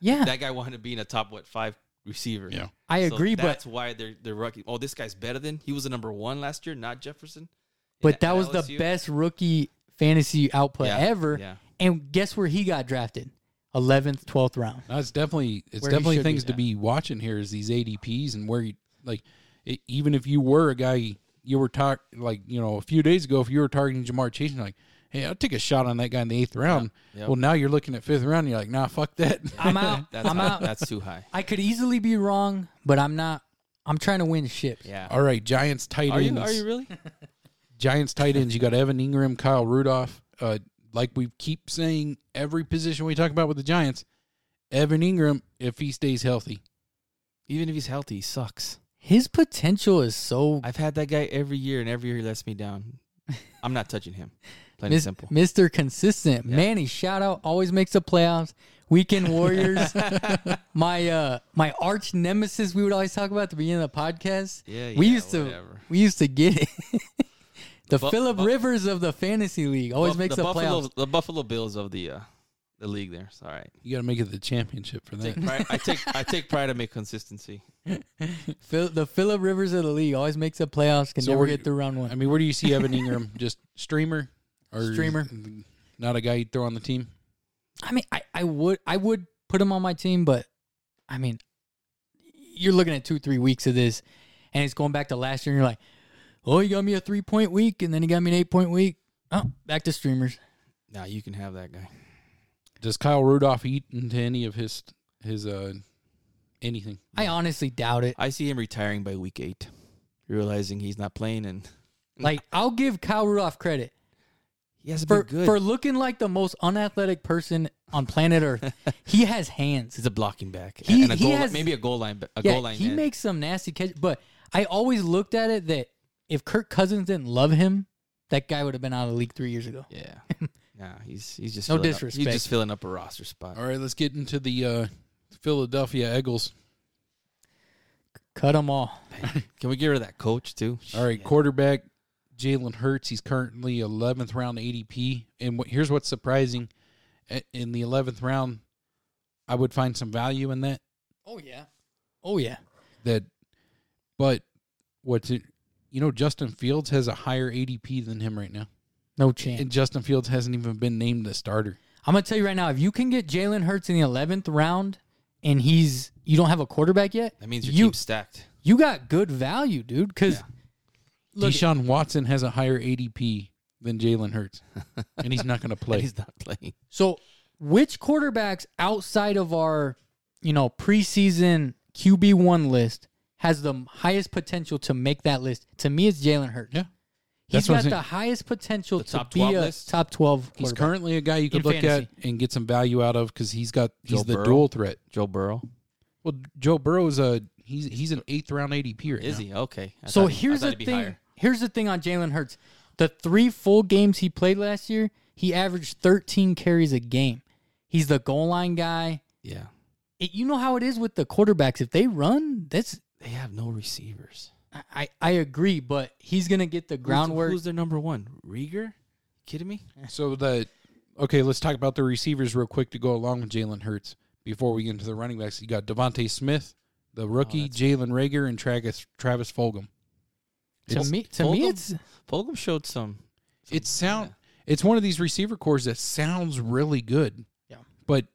Speaker 3: Yeah.
Speaker 4: That guy wanted to be in a top what five receiver.
Speaker 2: Yeah.
Speaker 3: I
Speaker 4: So
Speaker 3: agree, but
Speaker 4: that's why they're they're rookie. Oh, this guy's better than he was the number one last year, not Jefferson.
Speaker 3: but
Speaker 4: At
Speaker 3: that was the
Speaker 4: LSU?
Speaker 3: best rookie fantasy output
Speaker 4: Yeah,
Speaker 3: ever.
Speaker 4: yeah.
Speaker 3: And guess where he got drafted? 11th, 12th round.
Speaker 2: No, it's definitely it's
Speaker 3: Where he should
Speaker 2: definitely
Speaker 3: be,
Speaker 2: things to
Speaker 4: yeah.
Speaker 2: be watching here is these ADPs and where you like e, it, even if you were a guy you were talk like you know a few days ago if you were targeting Jamar Chase, you're like hey, I'll take a shot on that guy in the eighth round.
Speaker 4: Yep.
Speaker 2: Well, now you're looking at fifth round. You're like, nah, fuck
Speaker 4: *laughs*
Speaker 2: that.
Speaker 3: *laughs* I'm out.
Speaker 4: That's
Speaker 3: I'm
Speaker 4: high.
Speaker 3: out.
Speaker 4: That's too high.
Speaker 3: I could easily be wrong, but I'm not. I'm trying to win ships.
Speaker 4: Yeah.
Speaker 2: All right, Giants tight
Speaker 4: Are
Speaker 2: ends.
Speaker 4: you? Are you really?
Speaker 2: Giants tight ends. You got Evan Ingram, Kyle Rudolph. Uh, like we keep saying, every position we talk about with the Giants, Evan Ingram, if he stays healthy,
Speaker 4: Even if he's healthy, he sucks.
Speaker 3: His potential is so
Speaker 4: I've had that guy every year, and every year he lets me down. I'm not touching him. Plain and
Speaker 3: Mis-
Speaker 4: simple.
Speaker 3: Mr. Consistent.
Speaker 4: Yeah.
Speaker 3: Manny, shout out. Always makes the playoffs.
Speaker 4: *laughs*
Speaker 3: Weekend Warriors. my uh my arch nemesis we would always talk about at the beginning of the podcast.
Speaker 4: Yeah,
Speaker 3: we
Speaker 4: yeah,
Speaker 3: used to
Speaker 4: whatever.
Speaker 3: we used to get it. *laughs* the
Speaker 4: Bu-
Speaker 3: Philip
Speaker 4: bu-
Speaker 3: Rivers of the fantasy league always
Speaker 4: Buff-
Speaker 3: makes the,
Speaker 4: the Buffalo,
Speaker 3: playoffs.
Speaker 4: The Buffalo Bills of the uh, the league. There. It's all right.
Speaker 2: you got to make it to the championship for that.
Speaker 4: Take pride, I take I take pride in my consistency.
Speaker 3: Phil, the Philip Rivers of the league always makes the playoffs. Can
Speaker 2: So
Speaker 3: never
Speaker 2: we're-
Speaker 3: get through round one.
Speaker 2: I mean, where do you see Evan Ingram? Just streamer or
Speaker 3: Streamer.
Speaker 2: Not a guy you'd throw on the team.
Speaker 3: I mean, I, I would I would put him on my team, but I mean, you're looking at two three weeks of this, and it's going back to last year. and You're like, oh, he got me a three point week, and then he got me an eight point week. Oh, back to streamers.
Speaker 4: Now you can have that guy.
Speaker 2: Does Kyle Rudolph eat into any of his his uh anything?
Speaker 3: I honestly doubt it.
Speaker 4: I see him retiring by week eight, realizing he's not playing, and
Speaker 3: Like, I'll give Kyle Rudolph credit
Speaker 4: he hasn't
Speaker 3: for
Speaker 4: been good.
Speaker 3: for looking like the most unathletic person on planet
Speaker 4: *laughs*
Speaker 3: Earth. he has hands.
Speaker 4: he's a blocking back.
Speaker 3: He-
Speaker 4: and a
Speaker 3: he
Speaker 4: goal,
Speaker 3: has-
Speaker 4: maybe a goal line. ba- A
Speaker 3: yeah,
Speaker 4: goal line.
Speaker 3: he
Speaker 4: man.
Speaker 3: makes some nasty catch. But I always looked at it that if Kirk Cousins didn't love him, that guy would have been out of the league three years ago.
Speaker 4: Yeah. Nah, he's he's just
Speaker 3: No
Speaker 4: filling up-
Speaker 3: disrespect.
Speaker 4: he's just filling up a roster spot.
Speaker 2: All right, let's get into the uh Philadelphia Eagles.
Speaker 3: Cut them all.
Speaker 4: Can we get rid of that coach too?
Speaker 2: All right, quarterback Jalen Hurts. He's currently 11th round ADP. And what, here's what's surprising: A- in the 11th round, I would find some value in that.
Speaker 3: Oh yeah. Oh yeah.
Speaker 2: That, but what's it? You know, Justin Fields has a higher ADP than him right now,
Speaker 3: No chance.
Speaker 2: and Justin Fields hasn't even been named the starter.
Speaker 3: I'm gonna tell you right now, if you can get Jalen Hurts in the eleventh round and he's you don't have a quarterback yet,
Speaker 4: That means your
Speaker 3: you *laughs*
Speaker 4: team's stacked.
Speaker 3: you got good value, dude. Cause Look-
Speaker 2: Deshaun Watson has a higher ADP than Jalen Hurts, and he's not
Speaker 3: *laughs*
Speaker 2: going to
Speaker 4: And
Speaker 2: play.
Speaker 4: he's not playing.
Speaker 3: so which quarterbacks outside of our, you know, preseason QB one list has the highest potential to make that list? To me, it's Jalen Hurts.
Speaker 2: Yeah.
Speaker 3: He's
Speaker 2: That's what I'm
Speaker 3: got the
Speaker 2: saying.
Speaker 3: highest potential
Speaker 4: The
Speaker 3: to
Speaker 4: top
Speaker 3: be
Speaker 4: 12
Speaker 3: a
Speaker 4: list?
Speaker 3: top twelve.
Speaker 2: He's
Speaker 3: quarterback.
Speaker 2: currently a guy you could
Speaker 3: In
Speaker 2: look
Speaker 3: fantasy.
Speaker 2: at and get some value out of because he's got he's
Speaker 4: Joe
Speaker 2: the
Speaker 4: Burrow.
Speaker 2: dual threat.
Speaker 4: Joe Burrow
Speaker 2: Well, Joe Burrow's a he's he's an eighth round ADP right
Speaker 4: is
Speaker 2: now.
Speaker 4: he okay? I
Speaker 3: So
Speaker 4: thought he- I
Speaker 3: here's
Speaker 4: thought
Speaker 3: the
Speaker 4: he'd be
Speaker 3: thing.
Speaker 4: higher.
Speaker 3: Here's the thing on Jalen Hurts. The three full games he played last year, he averaged 13 carries a game. He's the goal line guy.
Speaker 4: Yeah,
Speaker 3: It, you know how it is with the quarterbacks. If they run, that's
Speaker 4: they have no receivers.
Speaker 3: I, I- I agree, but he's gonna get the
Speaker 4: Who's-
Speaker 3: groundwork.
Speaker 4: Who's their number one? Rieger? Kidding me?
Speaker 2: So the okay, let's talk about the receivers real quick to go along with Jalen Hurts before we get into the running backs. You got Devontae Smith, the rookie,
Speaker 4: Oh, that's-
Speaker 2: Jalen Rager, and Travis Travis Fulgham.
Speaker 3: to
Speaker 2: It's-
Speaker 3: me, to
Speaker 4: Fulgham?
Speaker 3: me, it's
Speaker 4: Fulgham showed some. some-
Speaker 2: It sound it's one of these receiver cores that sounds really good.
Speaker 3: Yeah.
Speaker 2: But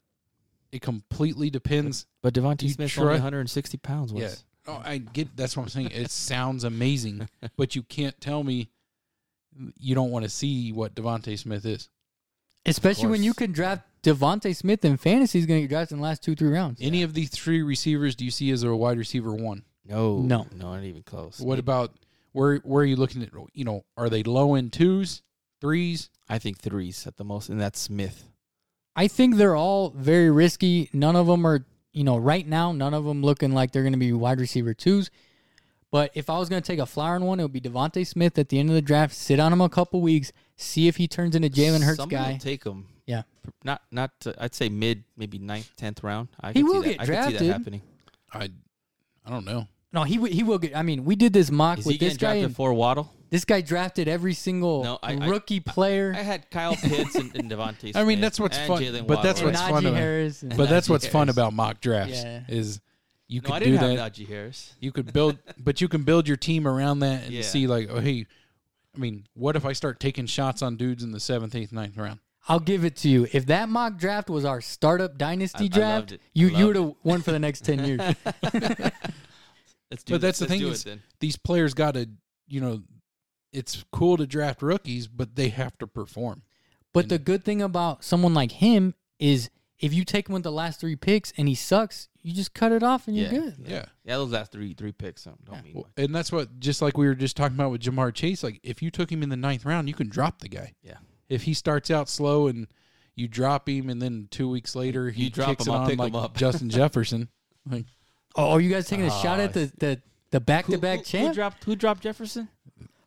Speaker 2: it completely depends.
Speaker 4: But
Speaker 2: You
Speaker 4: Devontae Smith only
Speaker 2: try-
Speaker 4: 160 pounds. Was.
Speaker 2: Yeah. Oh, I get that's what I'm saying. It sounds
Speaker 4: *laughs*
Speaker 2: amazing, but you can't tell me you don't want to see what Devontae Smith is.
Speaker 3: especially when
Speaker 4: course.
Speaker 3: you can draft Devonte Smith in fantasy. He's gonna get drafted in the last two three rounds.
Speaker 2: Any of these three receivers do you see as a wide receiver one?
Speaker 4: No,
Speaker 3: No.
Speaker 4: no, not even close.
Speaker 2: What about where where are you looking at? You know, are they low end twos, threes?
Speaker 4: I think threes at the most, and that's Smith.
Speaker 3: I think they're all very risky. None of them are, you know, right now, none of them looking like they're going to be wide receiver twos. But if I was going to take a flyer on one, it would be Devontae Smith at the end of the draft. Sit on him a couple weeks, see if he turns into Jalen Hurts
Speaker 4: Somebody will
Speaker 3: guy.
Speaker 4: take him.
Speaker 3: Yeah.
Speaker 4: Not, not. uh, I'd say mid, maybe ninth, tenth round. I
Speaker 3: He
Speaker 4: could
Speaker 3: will
Speaker 4: see
Speaker 3: get
Speaker 4: that. I could see
Speaker 3: drafted.
Speaker 4: that happening.
Speaker 2: I I don't know.
Speaker 3: no, he would- he will get. I mean, we did this mock
Speaker 4: Is he
Speaker 3: with this
Speaker 4: getting
Speaker 3: guy.
Speaker 4: drafted
Speaker 3: And
Speaker 4: for Waddle?
Speaker 3: this guy drafted every single
Speaker 4: No, I- I-
Speaker 3: rookie player.
Speaker 4: I had Kyle Pitts and, and *laughs* Devontae.
Speaker 2: I mean,
Speaker 4: Smith
Speaker 2: that's what's
Speaker 4: and
Speaker 2: fun-
Speaker 4: Jalen
Speaker 2: but that's
Speaker 3: and
Speaker 2: what's
Speaker 4: Waddle.
Speaker 3: Najee
Speaker 2: fun about-
Speaker 3: Harris. and-
Speaker 2: But that's
Speaker 4: Najee
Speaker 2: what's fun
Speaker 4: Harris.
Speaker 2: about mock drafts
Speaker 3: Yeah.
Speaker 2: is you
Speaker 4: No, I
Speaker 2: could do
Speaker 4: didn't have
Speaker 2: that.
Speaker 4: Najee Harris.
Speaker 2: You could
Speaker 4: *laughs*
Speaker 2: build, but you can build your team around that and
Speaker 4: Yeah.
Speaker 2: see like, oh hey, I mean, what if I start taking shots on dudes in the seventh, eighth, ninth round?
Speaker 3: I'll give it to you. If that mock draft was our startup
Speaker 4: I- I
Speaker 3: dynasty
Speaker 4: loved
Speaker 3: draft,
Speaker 4: it.
Speaker 3: you
Speaker 4: Loved
Speaker 3: you would have won for the next ten years.
Speaker 4: *laughs* Let's do
Speaker 2: But that's the
Speaker 4: let's
Speaker 2: thing
Speaker 4: do
Speaker 2: is-
Speaker 4: it then.
Speaker 2: These players got to, you know, it's cool to draft rookies, but they have to perform.
Speaker 3: But the good thing about someone like him is if you take him with the last three picks and he sucks, you just cut it off and you're
Speaker 4: Yeah.
Speaker 3: good.
Speaker 2: Yeah.
Speaker 4: Yeah, those last three three picks um, don't, don't mean
Speaker 2: Well,
Speaker 4: much.
Speaker 2: and that's what just like we were just talking about with Jamar Chase. Like if you took him in the ninth round, you can drop the guy.
Speaker 4: Yeah.
Speaker 2: If he starts out slow and you drop him, and then two weeks later he
Speaker 4: You drop
Speaker 2: kicks
Speaker 4: him,
Speaker 2: it
Speaker 4: I'll
Speaker 2: on
Speaker 4: pick
Speaker 2: like
Speaker 4: him up. *laughs*
Speaker 2: Justin Jefferson. Like
Speaker 3: Oh, are you guys taking a
Speaker 4: Ah,
Speaker 3: shot at the the, the back-to-back
Speaker 4: who,
Speaker 3: champ?
Speaker 4: Who dropped, who dropped Jefferson?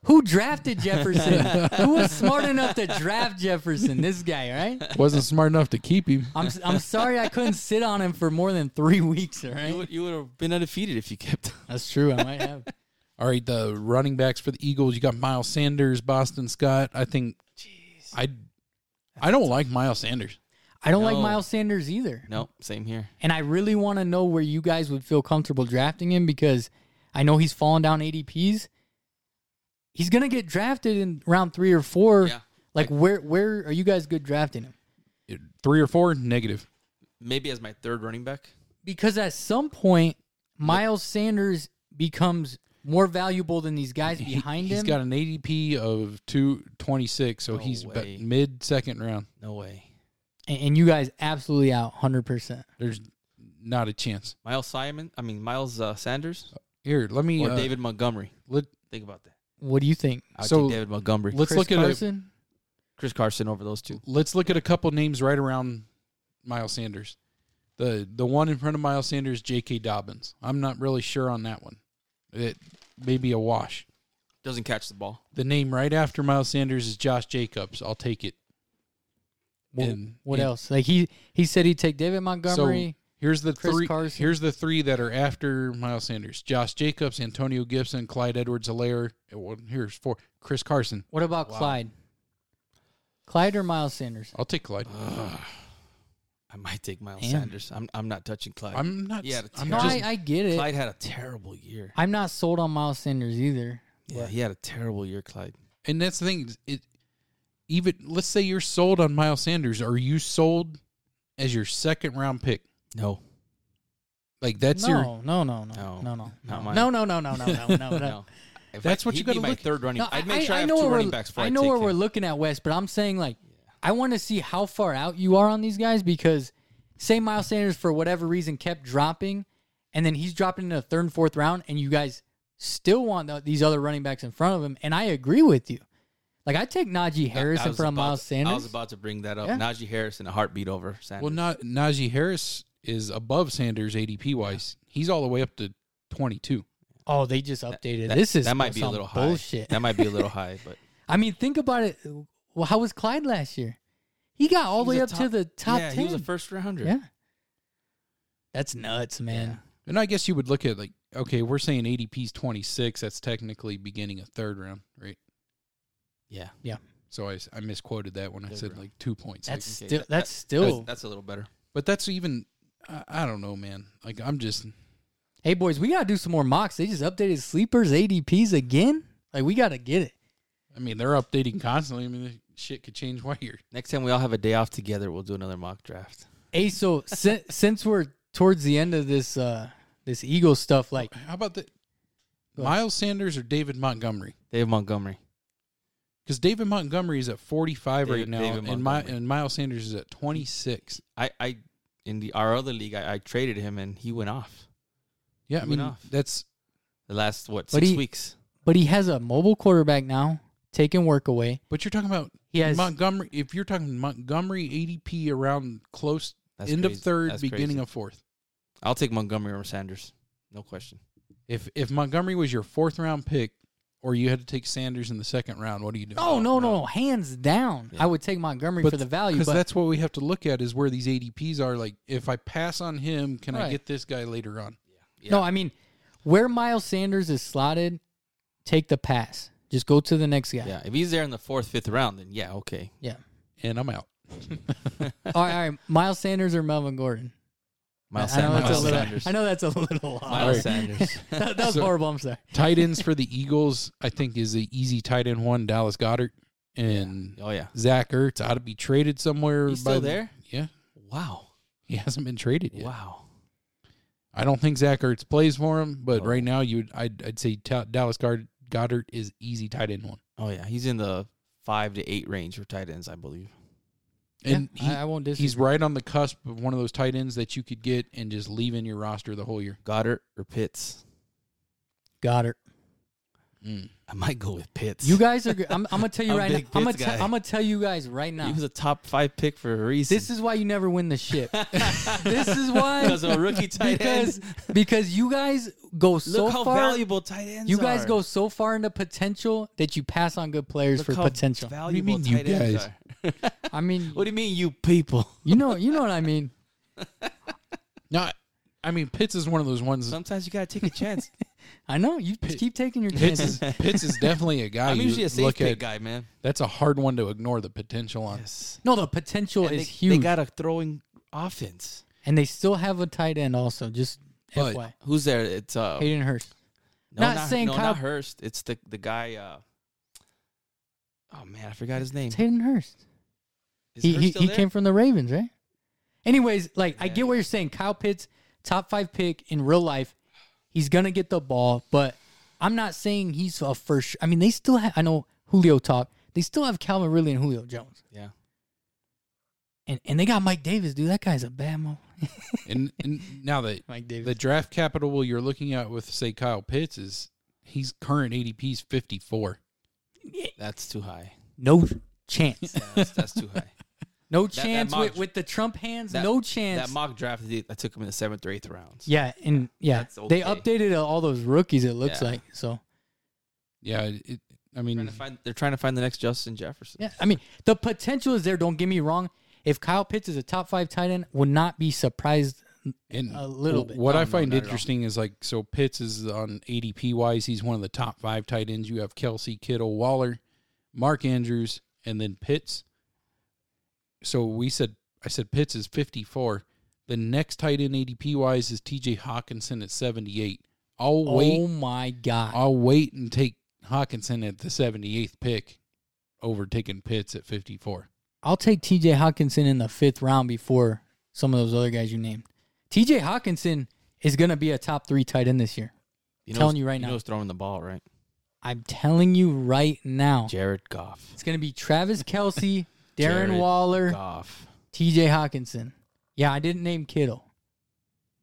Speaker 3: Who drafted Jefferson?
Speaker 4: *laughs*
Speaker 3: Who was smart enough to draft Jefferson? This guy, right?
Speaker 2: wasn't smart enough to keep him.
Speaker 3: I'm I'm sorry I couldn't sit on him for more than three *laughs* weeks. All
Speaker 4: You
Speaker 3: right,
Speaker 4: would, you would have been undefeated if you kept.
Speaker 3: that's true. I might have.
Speaker 2: All right, the running backs for the Eagles, you got Miles Sanders, Boston Scott. I think I I don't like Miles Sanders.
Speaker 3: I don't like
Speaker 4: No.
Speaker 3: Miles Sanders either,
Speaker 4: No, same here.
Speaker 3: and I really want to know where you guys would feel comfortable drafting him because I know he's fallen down ADPs. He's gonna get drafted in round three or four.
Speaker 4: Yeah.
Speaker 3: Like where where are you guys good drafting him?
Speaker 2: Three or four, negative.
Speaker 4: Maybe as my third running back.
Speaker 3: because at some point Miles Sanders becomes more valuable than these guys behind
Speaker 2: He-
Speaker 3: him.
Speaker 2: He's got an ADP of two twenty six, so
Speaker 4: No
Speaker 2: he's ba-
Speaker 4: way.
Speaker 2: mid second round.
Speaker 4: No way.
Speaker 3: and, and you guys absolutely out 100%.
Speaker 2: There's not a chance.
Speaker 4: Miles Simon. I mean Miles uh, Sanders
Speaker 2: Here, let me.
Speaker 4: or
Speaker 2: uh,
Speaker 4: David Montgomery.
Speaker 2: Let,
Speaker 4: Think about that.
Speaker 3: What do you think?
Speaker 4: I would
Speaker 2: So-
Speaker 4: take David Montgomery.
Speaker 2: let's
Speaker 3: Chris
Speaker 2: look at a,
Speaker 3: Carson?
Speaker 4: Chris Carson over those two.
Speaker 2: let's look at a couple names right around Miles Sanders. The the one in front of Miles Sanders, J.K. Dobbins. I'm not really sure on that one. It may be a wash.
Speaker 4: Doesn't catch the ball.
Speaker 2: The name right after Miles Sanders is Josh Jacobs. I'll take it.
Speaker 3: What,
Speaker 2: And-
Speaker 3: what
Speaker 2: and-
Speaker 3: else? Like he he said he'd take David Montgomery.
Speaker 2: So here's the
Speaker 3: Chris
Speaker 2: three.
Speaker 3: Carson.
Speaker 2: Here's the three that are after Miles Sanders: Josh Jacobs, Antonio Gibson, Clyde Edwards-Helaire. and one- Here's four: Chris Carson.
Speaker 3: what about Clyde? Clyde or Miles Sanders?
Speaker 2: I'll take Clyde.
Speaker 3: Uh,
Speaker 4: I might take Miles
Speaker 3: Damn.
Speaker 4: Sanders. I'm I'm not touching Clyde.
Speaker 2: I'm not.
Speaker 4: Yeah,
Speaker 2: I'm
Speaker 3: No,
Speaker 2: just.
Speaker 3: I, I get it.
Speaker 4: Clyde had a terrible year.
Speaker 3: I'm not sold on Miles Sanders either.
Speaker 4: Yeah, he had a terrible year, Clyde.
Speaker 2: and that's the thing. is It even let's say you're sold on Miles Sanders. Are you sold as your second round pick?
Speaker 4: No,
Speaker 2: Like that's
Speaker 3: no,
Speaker 2: your.
Speaker 3: no, no, no, no,
Speaker 4: No,
Speaker 3: no, no,
Speaker 4: Oh, not
Speaker 3: no,
Speaker 4: mine.
Speaker 3: no, no, no, no, no,
Speaker 4: *laughs*
Speaker 3: no,
Speaker 4: no. If
Speaker 2: That's what
Speaker 4: he'd
Speaker 2: you gotta
Speaker 4: be my
Speaker 2: look at.
Speaker 4: third running.
Speaker 3: No,
Speaker 4: I'd make
Speaker 3: I-
Speaker 4: sure I,
Speaker 3: I
Speaker 4: have
Speaker 3: know
Speaker 4: two
Speaker 3: where we're-
Speaker 4: running backs. Before
Speaker 3: I
Speaker 4: I
Speaker 3: know
Speaker 4: take
Speaker 3: where we're
Speaker 4: him.
Speaker 3: looking at, Wes, but I'm saying like I want to see how far out you are on these guys because say Miles Sanders for whatever reason kept dropping, and then he's dropping in the third and fourth round, and you guys still want the, these other running backs in front of him, and I agree with you. Like I take Najee Harris
Speaker 4: I
Speaker 3: in
Speaker 4: was
Speaker 3: front of
Speaker 4: about
Speaker 3: Miles
Speaker 4: to-
Speaker 3: Sanders.
Speaker 4: I was about to bring that up.
Speaker 3: Yeah.
Speaker 4: Najee Harris in a heartbeat over Sanders.
Speaker 2: Well, not Najee Harris is above Sanders ADP wise. He's all the way up to twenty two.
Speaker 3: oh, they just updated.
Speaker 4: That-
Speaker 3: this is
Speaker 4: that might be a little high.
Speaker 3: bullshit.
Speaker 4: That might be a little high, but
Speaker 3: I mean, think about it. Well, how was Clyde last year? He got all the
Speaker 4: He
Speaker 3: way up
Speaker 4: was a
Speaker 3: to the top
Speaker 4: yeah,
Speaker 3: ten.
Speaker 4: He was a first rounder.
Speaker 3: Yeah. That's nuts, man.
Speaker 2: And I guess you would look at like, okay, we're saying ADP's twenty six. That's technically beginning a third round, right?
Speaker 4: yeah.
Speaker 2: So I, I misquoted that when I
Speaker 4: Third
Speaker 2: said
Speaker 4: round.
Speaker 2: like two points.
Speaker 3: That's
Speaker 4: Okay,
Speaker 3: still
Speaker 4: that-
Speaker 3: that's
Speaker 4: that-
Speaker 3: still
Speaker 4: that's, that's a little better.
Speaker 2: but that's even I, I don't know, man. Like I'm just
Speaker 3: Hey boys, we gotta do some more mocks. They just updated sleepers ADPs again. Like we gotta get it.
Speaker 2: I mean they're updating constantly. I mean this shit could change while you're
Speaker 4: Next time we all have a day off together, we'll do another mock draft.
Speaker 3: Hey, so since, *laughs* since we're towards the end of this uh this Eagle stuff, like
Speaker 2: How about the
Speaker 3: Go ahead.
Speaker 2: Miles Sanders or David Montgomery?
Speaker 4: Dave Montgomery.
Speaker 2: Because David Montgomery is at 45 right
Speaker 4: David-
Speaker 2: now,
Speaker 4: David
Speaker 2: and, my,
Speaker 4: Montgomery.
Speaker 2: and Miles Sanders is at 26.
Speaker 4: I, I in the our other league, I, I traded him and he went off
Speaker 2: Yeah, I
Speaker 4: Good
Speaker 2: mean
Speaker 4: enough.
Speaker 2: that's
Speaker 4: the last what
Speaker 3: But
Speaker 4: six
Speaker 3: he-
Speaker 4: weeks.
Speaker 3: but he has a mobile quarterback now, taking work away.
Speaker 2: but you're talking about
Speaker 3: He has
Speaker 2: Montgomery. If you're talking Montgomery ADP around close
Speaker 4: That's
Speaker 2: end of
Speaker 4: crazy.
Speaker 2: third,
Speaker 4: That's
Speaker 2: beginning
Speaker 4: crazy.
Speaker 2: of fourth.
Speaker 4: I'll take Montgomery over Sanders, no question.
Speaker 2: If if Montgomery was your fourth round pick, or you had to take Sanders in the second round, what do you do?
Speaker 3: Oh, no, no, no, hands down.
Speaker 4: Yeah.
Speaker 3: I would take Montgomery for the value,
Speaker 2: because
Speaker 3: but
Speaker 2: that's what we have to look at is where these ADPs are. Like, if I pass on him, can I
Speaker 3: Right.
Speaker 2: get this guy later on?
Speaker 4: Yeah.
Speaker 3: no, I mean where Miles Sanders is slotted, take the pass. Just go to the next guy.
Speaker 4: Yeah, if he's there in the fourth, fifth round, then yeah, okay.
Speaker 3: yeah.
Speaker 2: And I'm out.
Speaker 3: all right, all right. Miles Sanders or Melvin Gordon?
Speaker 4: Miles,
Speaker 3: I know
Speaker 4: Sanders.
Speaker 3: that's a
Speaker 4: Miles
Speaker 3: little.
Speaker 4: Sanders.
Speaker 3: I know that's a little. off.
Speaker 4: Miles
Speaker 2: Alright.
Speaker 4: Sanders.
Speaker 3: *laughs* that, that was
Speaker 2: So-
Speaker 3: horrible. I'm sorry.
Speaker 2: *laughs* tight ends for the Eagles, I think, is the easy tight end one. Dallas Goddard and
Speaker 3: *laughs*
Speaker 4: Oh yeah.
Speaker 2: Zach Ertz ought to be traded somewhere.
Speaker 4: He's
Speaker 2: by
Speaker 4: still
Speaker 2: the-
Speaker 4: there?
Speaker 2: yeah,
Speaker 4: Wow.
Speaker 2: he hasn't been traded yet.
Speaker 4: Wow.
Speaker 2: I don't think Zach Ertz plays for him, but
Speaker 4: Oh.
Speaker 2: right now you, would I'd, I'd say ta- Dallas Goddard, Goddard is easy tight end one.
Speaker 4: Oh yeah, he's in the five to eight range for tight ends, I believe.
Speaker 2: And
Speaker 3: Yeah, I- I won't disagree.
Speaker 2: he's right on the cusp of one of those tight ends that you could get and just leave in your roster the whole year.
Speaker 4: Goddard or Pitts?
Speaker 3: Goddard.
Speaker 4: I might go with Pitts.
Speaker 3: You guys are. g- I'm, I'm gonna tell you
Speaker 4: I'm a
Speaker 3: right now.
Speaker 4: big
Speaker 3: I'm gonna,
Speaker 4: Pitts
Speaker 3: te-
Speaker 4: guy.
Speaker 3: I'm gonna tell you guys right now.
Speaker 4: He was a top five pick for a reason.
Speaker 3: This is why you never win the
Speaker 4: *laughs*
Speaker 3: ship. this is why
Speaker 4: because of a rookie
Speaker 3: *laughs*
Speaker 4: tight
Speaker 3: because
Speaker 4: end.
Speaker 3: because you guys go so
Speaker 4: Look how
Speaker 3: far.
Speaker 4: valuable tight ends
Speaker 3: you guys
Speaker 4: are.
Speaker 3: go so far into potential that you pass on good players
Speaker 4: Look
Speaker 3: for
Speaker 4: how
Speaker 3: potential.
Speaker 4: Valuable
Speaker 2: mean, you
Speaker 4: tight ends
Speaker 2: guys?
Speaker 4: are.
Speaker 3: I mean,
Speaker 4: What do you mean, you people?
Speaker 3: you know, you know what I mean.
Speaker 2: Not, I mean, Pitts is one of those ones.
Speaker 4: *laughs* Sometimes you gotta take a chance.
Speaker 3: I know you keep taking your
Speaker 2: Pitts
Speaker 3: chances.
Speaker 2: is, Pitts is definitely a guy
Speaker 4: *laughs* I'm
Speaker 2: you
Speaker 4: usually a safe
Speaker 2: look
Speaker 4: pick
Speaker 2: at.
Speaker 4: guy, man.
Speaker 2: That's a hard one to ignore the potential on.
Speaker 4: Yes.
Speaker 3: *laughs* No, the potential
Speaker 4: And
Speaker 3: is
Speaker 4: they,
Speaker 3: huge,
Speaker 4: they got a throwing offense.
Speaker 3: and they still have a tight end. Also, just
Speaker 2: But-
Speaker 3: FY
Speaker 4: Who's there? It's uh,
Speaker 3: Hayden Hurst.
Speaker 4: no,
Speaker 3: not saying
Speaker 4: no,
Speaker 3: Kyle-
Speaker 4: not Hurst. It's the the guy. Uh, oh man, I forgot his name.
Speaker 3: It's Hayden Hurst.
Speaker 4: Is
Speaker 3: he
Speaker 4: Hurst
Speaker 3: he,
Speaker 4: still
Speaker 3: he
Speaker 4: there?
Speaker 3: came from the Ravens, right? Anyways, like I
Speaker 4: Yeah.
Speaker 3: get what you're saying. Kyle Pitts, top five pick in real life, he's gonna get the ball, but I'm not saying he's a first. I mean, they still have. I know Julio talk. They still have Calvin Ridley and Julio Jones,
Speaker 4: Yeah,
Speaker 3: and and they got Mike Davis, dude. That guy's a bad mo.
Speaker 2: And, and now
Speaker 4: *laughs*
Speaker 2: that
Speaker 3: Mike
Speaker 2: the draft capital you're looking at with, say, Kyle Pitts is he's current ADP is 54.
Speaker 4: that's too high.
Speaker 3: no chance,
Speaker 4: That's, that's too high.
Speaker 3: no
Speaker 4: that
Speaker 3: chance
Speaker 4: mock-
Speaker 3: with, with the Trump hands. *laughs*
Speaker 4: That-
Speaker 3: no chance.
Speaker 4: That mock draft that took him in the seventh or eighth rounds.
Speaker 3: yeah, and yeah,
Speaker 4: That's okay.
Speaker 3: they updated uh, all those rookies. It looks
Speaker 4: Yeah.
Speaker 3: like so.
Speaker 2: Yeah, it, I
Speaker 4: Trying
Speaker 2: mean,
Speaker 4: to find, they're trying to find the next Justin Jefferson.
Speaker 3: Mm. Yeah, I mean the potential is there. Don't get me wrong. If Kyle Pitts is a top five tight end, would not be surprised.
Speaker 2: and
Speaker 3: a little
Speaker 2: wh-
Speaker 3: bit.
Speaker 2: What
Speaker 4: No,
Speaker 2: I
Speaker 4: no,
Speaker 2: find
Speaker 4: not at all.
Speaker 2: interesting is like, so Pitts is on ADP wise, he's one of the top five tight ends. You have Kelsey, Kittle, Waller, Mark Andrews, and then Pitts. So we said, I said Pitts is 54. The next tight end ADP wise is TJ Hawkinson at 78. I'll
Speaker 3: Oh
Speaker 2: wait.
Speaker 3: my god!
Speaker 2: I'll wait and take Hawkinson at the 78th pick over taking Pitts at 54.
Speaker 3: I'll take T.J. Hawkinson in the fifth round before some of those other guys you named. T.J. Hawkinson is going to be a top three tight end this year.
Speaker 4: You know
Speaker 3: Telling
Speaker 4: who's-
Speaker 3: you right
Speaker 4: You
Speaker 3: now.
Speaker 4: know who's throwing the ball, right?
Speaker 3: I'm telling you right now,
Speaker 4: Jared Goff.
Speaker 3: it's going to be Travis
Speaker 4: *laughs*
Speaker 3: Kelsey, Darren
Speaker 4: Jared
Speaker 3: Waller,
Speaker 4: Goff.
Speaker 3: T.J. Hawkinson. Yeah, I didn't name Kittle.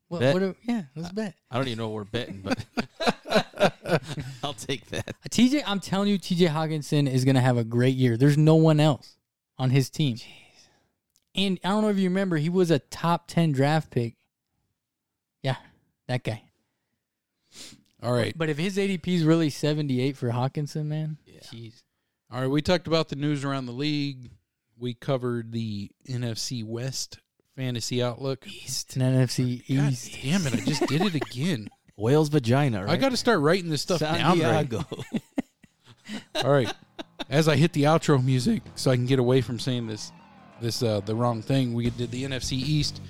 Speaker 3: What?
Speaker 4: Bet.
Speaker 3: what do- yeah, let's bet.
Speaker 4: I don't even know what we're betting,
Speaker 3: *laughs*
Speaker 4: but *laughs* I'll take that.
Speaker 3: TJ, I'm telling you, TJ Hawkinson is going to have a great year. There's no one else on his team. And I don't know if you remember, he was a top 10 draft pick. Yeah, that guy.
Speaker 2: All right.
Speaker 3: But if his ADP is really 78 for Hawkinson, man,
Speaker 4: Yeah.
Speaker 3: jeez.
Speaker 2: All right, we talked about the news around the league. We covered the NFC West fantasy outlook.
Speaker 3: It's an NFC
Speaker 2: God
Speaker 3: East.
Speaker 2: damn it, I just did it again.
Speaker 4: Whale's vagina, right?
Speaker 2: I got to start writing this stuff
Speaker 4: San
Speaker 2: down. Greg.
Speaker 4: Diego.
Speaker 2: All right. As I hit the outro music so I can get away from saying this this uh the wrong thing, we did the NFC East.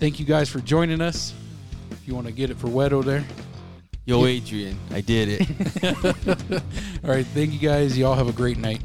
Speaker 2: Thank you guys for joining us. If you want to get it for Wedo there.
Speaker 4: Yo, Adrian, I did it.
Speaker 2: All right, thank you guys. Y'all have a great night.